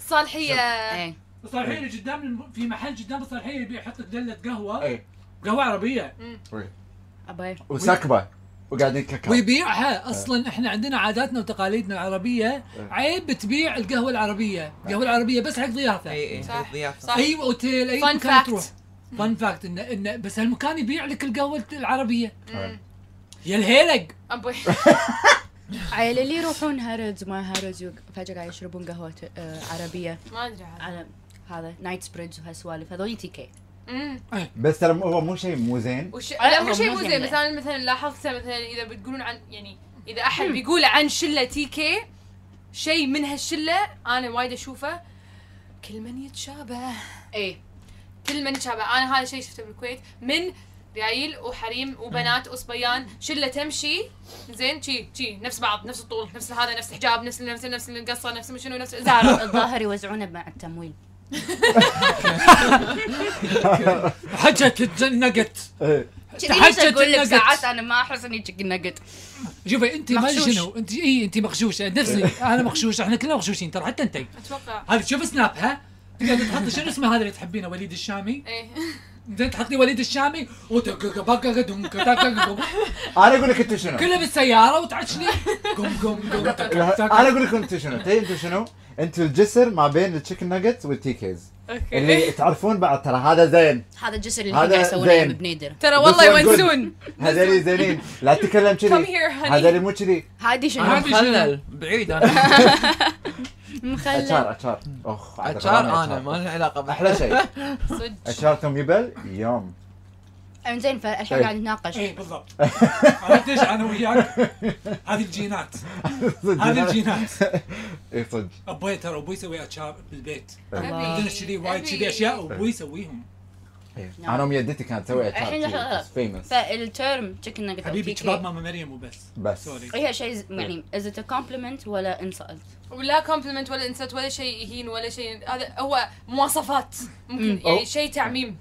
S5: صالحيه
S2: ايه
S1: الصالحيه اللي قدام الم- في محل قدام الصالحيه يبيع يحط لك دله قهوه
S4: ايه
S1: قهوه عربيه
S2: ابي
S4: وسكبه وقاعدين كاكاو
S1: ويبيعها اصلا احنا عندنا عاداتنا وتقاليدنا العربيه عيب تبيع القهوه العربيه القهوه العربيه بس حق ضيافه
S3: اي اي
S5: صح.
S3: الضيافة.
S5: صح.
S1: اي اوتيل اي
S5: Fun
S1: مكان
S5: fact.
S1: تروح فان فاكت انه انه بس هالمكان يبيع لك القهوه العربيه يا الهيلق
S5: ابوي
S2: عيل اللي يروحون هرز ما هرز وك- فجاه قاعد يشربون قهوه آه، عربيه
S5: ما ادري عاد
S2: على هذا نايت سبريدز وهالسوالف هذول
S4: (coughs)
S2: تيكي
S5: أمم.
S4: بس ترى هو مو شيء مو زين
S5: وش
S2: لا،
S5: لا
S2: هو
S5: مو شيء
S2: مو
S5: مو
S2: زين
S5: زين
S2: لا.
S5: بس انا مثلا لاحظته مثلا اذا بتقولون عن يعني اذا احد بيقول عن شله تيكي شيء من هالشله انا وايد اشوفه كل من يتشابه
S2: اي
S5: كل من يتشابه انا هذا الشيء شفته بالكويت من ريايل وحريم وبنات وصبيان شله تمشي زين شي شي نفس بعض نفس الطول نفس هذا نفس الحجاب نفس نفس نفس القصه نفس شنو نفس
S2: (laughs)
S5: زهره
S2: الظاهر يوزعونه مع التمويل
S1: حجت النقت
S4: إيه.
S1: تحجت
S2: كذي اقول لك
S1: النقت.
S2: ساعات انا ما احس اني تشيكن ناجت
S1: شوفي انت ما
S2: مغشوش.
S1: شنو انت اي انت مغشوشه نفسي انا مغشوش احنا كلنا مغشوشين ترى حتى انت
S5: اتوقع
S1: هذه شوف سنابها تقدر تحطي شنو اسمه هذا اللي تحبينه وليد الشامي
S5: ايه
S1: زين تحطي وليد الشامي وتك- بك- دنك- تك- قم.
S4: انا اقول لك انتم شنو
S1: كله بالسياره وتعشني قم قم قم تك-
S4: لا،
S1: تك.
S4: انا اقول لك انتم شنو تدري انتم شنو انتم الجسر ما بين التشيكن ناجتس والتيكيز اللي تعرفون بعض ترى هذا زين
S2: هذا الجسر اللي
S4: هذا
S2: قاعد يسوونه
S4: زين.
S2: يوم بنيدر
S5: ترى
S4: This
S5: والله
S4: one good.
S5: يونسون
S4: هذول زينين لا تتكلم
S5: Come
S4: كذي
S5: here, honey.
S4: هذول مو كذي
S2: هادي شنو
S3: انا
S1: هذه شنو؟
S3: مخلل بعيد انا
S2: مخلل
S4: اتشار اتشار اخ عاد
S3: اتشار
S4: غرامي
S3: انا ما لي علاقه بأحد.
S4: احلى شيء
S5: صدق
S4: اتشار توم يبل يوم
S2: انزين فالحين
S4: إيه.
S2: قاعد نتناقش
S1: اي بالضبط عرفت ليش انا وياك هذه الجينات هذه الجينات
S4: اي إيه، صدق
S1: ابوي ترى ابوي يسوي اتشاب بالبيت
S2: الله.
S1: عندنا كذي وايد
S5: أبي.
S1: كذي اشياء وابوي يسويهم
S4: إيه.
S2: نعم.
S4: انا ام جدتي كانت تسوي
S2: الحين
S4: اتشار فيمس
S2: فالتيرم تشيكن ناجت أو
S1: حبيبي
S2: TK
S1: شباب ماما مريم وبس
S4: بس.
S1: سوري
S2: هي شيء ز- يعني
S4: إيه.
S2: از ات كومبلمنت ولا انسلت
S5: ولا كومبلمنت ولا انسلت ولا شيء يهين ولا شيء هذا هو مواصفات
S2: مم.
S5: ممكن يعني شيء تعميم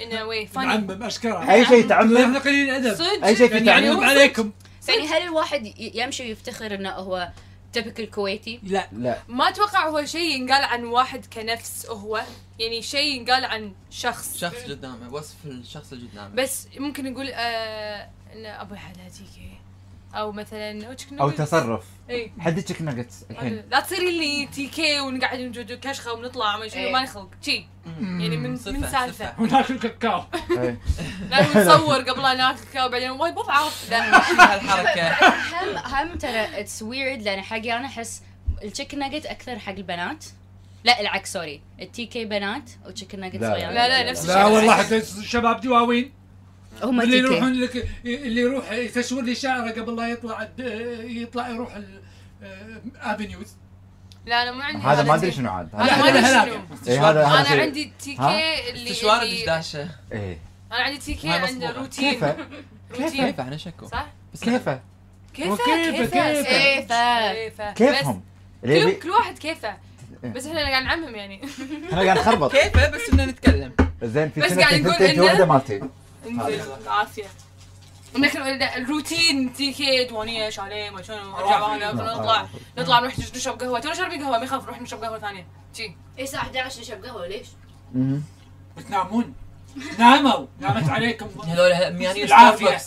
S5: انه وي فاني
S1: نعمم اشكره
S4: اي شيء
S1: احنا
S4: تعمم
S1: قليل الادب
S5: صدق
S4: اي شيء في
S1: يعني
S4: تعميم
S1: اعلم عليكم
S2: يعني هل الواحد ي- يمشي ويفتخر انه هو تبكل كويتي
S1: لا
S4: لا
S5: ما اتوقع هو شيء ينقال عن واحد كنفس هو يعني شيء ينقال عن شخص
S3: شخص قدامه وصف الشخص اللي قدامه
S5: بس ممكن نقول آه انه ابو حلاتيكي او مثلا
S4: او تصرف
S5: اي
S4: حد تشيكن ناجتس الحين
S5: لا تصيري لي تي كي ونقعد نجود كشخه ونطلع ما شنو
S2: إيه.
S5: ما نخلق شي
S3: مم.
S5: يعني من
S3: صفة-
S5: من سالفه
S1: وناكل كاكاو
S4: إيه.
S5: لا نصور قبل لا ناكل كاو بعدين واي مو بعرف لا (laughs)
S3: هالحركه
S2: هم هم ترى اتس ويرد لان حقي انا احس التشيكن ناجت اكثر حق البنات لا العكس سوري التي كي بنات وتشيكن ناجت
S4: لا،
S2: صغيران
S5: لا لا نفس الشيء
S1: لا والله حتى الشباب دواوين
S2: هم
S1: اللي
S2: تي كي
S1: يروحون لك اللي يروح يتشور لي شعره قبل لا يطلع الد- يطلع يروح ال- آه، افنيوز
S5: لا انا ما عندي
S4: هذا ما ادري
S5: تي-
S4: شنو عاد
S5: انا ما
S4: هذا-
S5: ادري
S1: هذا-
S5: شنو
S4: إيه، هذا هذا
S5: انا
S4: شيء.
S5: عندي تي
S4: ها؟
S5: كي اللي
S3: استشوار
S5: اللي- (laughs)
S3: الدشداشه
S4: ايه
S5: انا عندي تي كي
S3: ما
S5: عنده
S3: مسموعة.
S5: روتين
S4: كيفه
S5: روتين
S3: كيف انا شكو
S5: صح؟
S3: بس
S4: كيفه
S5: كيفه
S1: وكيفه-
S5: كيفه
S1: كيفه.
S5: كيفه كيفه
S4: كيفهم
S5: بس
S4: اللي
S5: كل
S4: يبي-
S5: كل واحد كيفه
S4: إيه.
S5: بس احنا قاعد نعمم يعني
S4: احنا قاعد نخربط
S3: كيفه بس بدنا نتكلم
S4: زين في
S5: بس
S4: سنه
S5: قاعد
S4: كنت انت
S5: نقول
S4: أنت
S5: إنه-
S4: وحده مالتي
S5: انزين عافيه لكن الروتين تي كي دوانيه شاليه ما شنو ارجع وانا نطلع نطلع نروح نش- نشرب قهوه تو شاربين قهوه ما يخاف نروح نشرب قهوه ثانيه شي
S2: اي الساعه 11 نشرب قهوه ليش؟
S4: مم.
S1: وتنامون ناموا نامت عليكم
S3: هذول يعني ميانين
S1: العافية.
S3: ستاربكس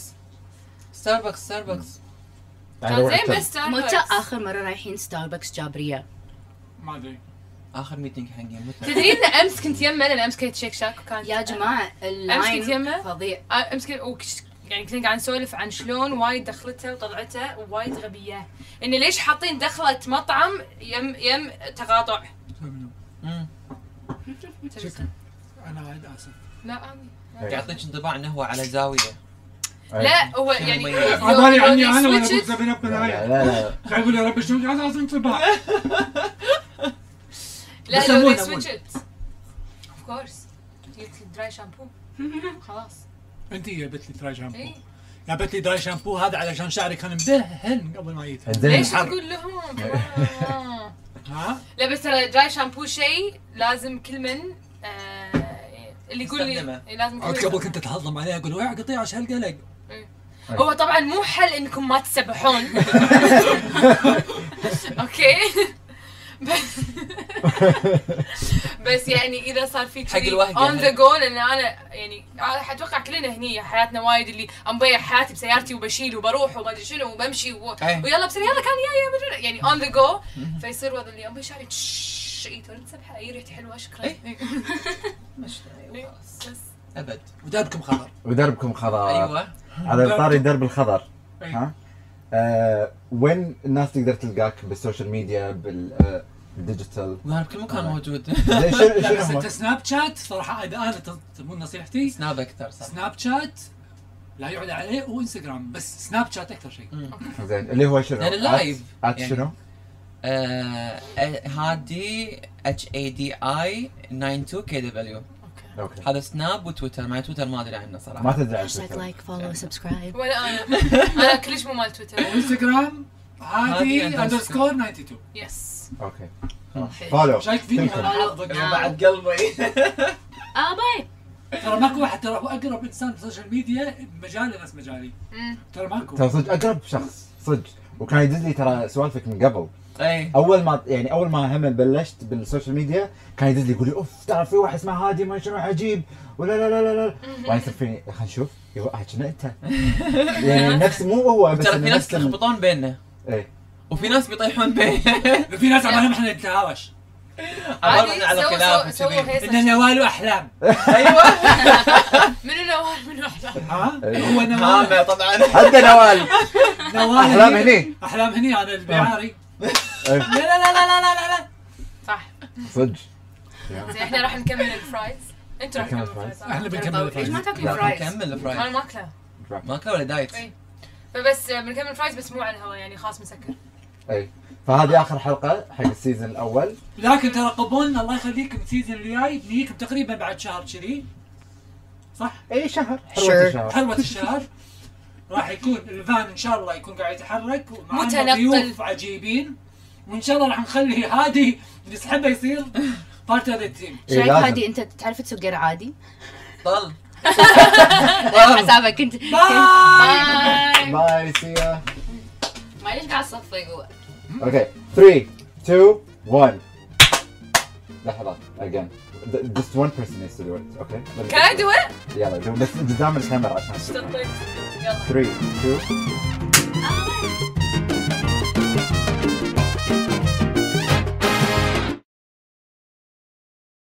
S3: ستاربكس ستاربكس
S4: أنا
S5: كان
S4: روحت.
S5: زين بس آه،
S2: متى
S5: ستاربكس.
S2: اخر مره رايحين ستاربكس جابريه؟
S1: ما ادري
S3: اخر ميتنج حقي متى
S5: تدرين ان امس كنت يمه لان امس كنت شيك شاك وكانت
S2: يا جماعه
S5: امس كنت
S2: اللاين
S5: يمه
S2: فظيع
S5: آه، امس كنت وكش- يعني كنا قاعد نسولف عن شلون وايد دخلته وطلعته وايد غبيه انه ليش حاطين دخله مطعم يم يم تقاطع
S3: مم.
S1: شكرا انا وايد اسف
S5: لا آه، أنا-
S3: يعطيك انطباع انه هو على زاويه
S4: إيه.
S5: لا هو
S3: شنو
S5: يعني
S3: مميز؟
S5: لو-
S1: عبالي
S5: لو
S1: عني انا وانا
S5: switches-
S1: بكتب بين
S4: لا
S1: بنايا
S4: لا لا
S1: قاعد اقول يا رب شنو قاعد اصلا انطباع
S5: لا
S1: بس
S5: لو
S1: أمون،
S5: they
S1: أمون.
S5: switch it of course جبت دراي شامبو
S1: (laughs)
S5: خلاص
S1: انت جابت لي دراي شامبو
S5: إيه.
S1: جابت لي دراي شامبو هذا علشان شعري كان مدهن قبل ما جيت
S4: زين.
S5: ليش
S1: حر.
S5: تقول لهم آه.
S1: ها
S5: لا بس ترى دراي شامبو شيء لازم كل من آه، اللي يقول لي
S3: يستخدمه.
S5: إيه، لازم
S1: عاد
S5: كل
S1: قبل
S5: من-
S1: كنت اتهضم عليه اقول ويا قطيع ايش هالقلق
S5: هو طبعا مو حل انكم ما تسبحون
S3: (laughs)
S5: اوكي بس (laughs) بس يعني اذا صار في
S3: حق الوهج
S5: اون ذا
S3: يعني.
S5: جو لان انا يعني أنا اتوقع كلنا هني حياتنا وايد اللي أنا مضيع حياتي بسيارتي وبشيل وبروح وما ادري شنو وبمشي و...
S3: أي.
S5: ويلا بسرعه يلا كان يا يا مدري يعني اون ذا جو فيصير وضع اللي امي شعري تش اي إيه، توني تسبحه اي ريحتي حلوه شكرا
S3: أي. مش ابد
S1: ودابكم خبر
S4: ودربكم
S5: أيوة.
S4: خضار
S3: ايوه
S4: على طاري درب الخضر
S1: أي.
S4: ها آه، وين الناس تقدر تلقاك بالسوشيال ميديا بالديجيتال
S3: وهذا بكل مكان
S4: آه.
S3: موجود (laughs)
S4: زين
S5: (laughs)
S4: شنو
S1: لا بس
S4: شنو
S1: انت
S4: هو؟
S1: سناب شات صراحه اذا انا ت- تبون نصيحتي
S3: سناب اكثر صح
S1: سناب شات لا يعلى عليه وانستغرام بس سناب شات اكثر شيء
S4: زين اللي هو شنو؟
S3: يعني اللايف.
S4: عاد
S3: يعني.
S4: شنو؟
S3: آه، آه، هادي اتش اي دي اي 92 كي دبليو
S4: اوكي
S3: هذا سناب وتويتر مع تويتر ما ادري عنه
S4: ما
S3: صراحه
S4: تدري عن
S6: هاشتاج
S4: تويتر.
S6: لايك فولو
S5: (laughs)
S6: سبسكرايب
S5: ولا انا انا كلش مو مال
S3: (laughs)
S5: تويتر
S1: انستغرام عادي
S3: عادي
S1: اندرسكور 92
S5: يس
S4: اوكي
S6: حلو.
S4: فولو
S1: شايف فيني
S4: تلكم.
S1: أنا حافظك.
S3: بعد قلبي
S6: اه باي
S1: ترى ماكو واحد ترى هو اقرب انسان بالسوشيال ميديا بمجالي نفس مجالي ترى ماكو
S4: ترى صدق اقرب شخص صدق وكان يدز لي ترى سوالفك من قبل
S3: اي
S4: اول ما يعني اول ما هم بلشت بالسوشيال ميديا كان يدز لي يقول لي اوف ترى في واحد اسمه هادي ما شنو عجيب ولا لا لا لا لا وانا يصير فيني خلينا نشوف يقول اه كنا انت
S3: (laughs)
S4: يعني نفس مو هو بس
S3: ترى في
S4: إنه
S3: ناس
S4: نفس ال-
S3: يخبطون بيننا
S4: إيه.
S3: وفي ناس
S1: (laughs)
S3: بيطيحون بيننا
S1: في ناس عمالهم احنا نتهاوش
S3: عبارة على
S5: سووا-
S3: خلاف
S5: سووا
S3: وكذي.
S5: هيصة.
S1: ان نوال احلام
S3: ايوه
S5: منو نوال منو احلام (laughs)
S1: ها
S3: (laughs)
S4: إيه.
S1: هو نوال
S3: هامة طبعا
S4: حتى نوال
S3: (laughs)
S1: نوال
S4: احلام هني
S1: احلام هني انا البيعاري لا
S4: إيه.
S1: لا لا لا لا لا لا
S5: صح
S4: صدق
S3: (laughs)
S5: زين احنا راح نكمل الفرايز انت راح
S4: نكمل
S5: تكمل الفرايز
S1: الفرايز. إحنا
S5: أنا
S1: بنكمل
S5: طويل.
S1: الفرايز.
S5: ليش ما تاكل
S3: لا،
S5: فرايز؟
S3: نكمل
S5: انا
S3: الفرايز
S5: ماكله
S3: ماكله ولا
S1: إيه.
S3: دايت
S5: فبس آه، بنكمل فرايز بس مو على الهواء يعني خلاص مسكر
S4: اي إيه. فهذه اخر حلقه حق السيزون الاول
S1: لكن ترى قبولنا الله يخليكم السيزون الجاي بنيكم تقريبا بعد شهر كذي صح؟
S4: اي إيه، شهر
S6: Sure.
S4: حلوه الشهر
S1: حلوة الشهر راح يكون الفان ان شاء الله يكون قاعد يتحرك ومعنا
S5: متنقل.
S1: ضيوف عجيبين وان شاء الله راح نخلي هادي نسحبه يصير بارت اوف التيم
S4: إيه،
S2: شايف
S4: لازم.
S2: هادي انت تعرف تسوق قرع عادي؟
S3: طل
S2: حسابك كنت
S1: آه! باي
S6: باي
S4: باي سي يا
S6: معليش قاعد اصفق جوا
S4: اوكي 3 2 1 لحظة again Th- just one person needs to do it okay
S5: كان عندي وين؟
S4: يلا do- بس قدام الكاميرا عشان
S5: اشتغلت يلا
S4: 3 2
S6: آه.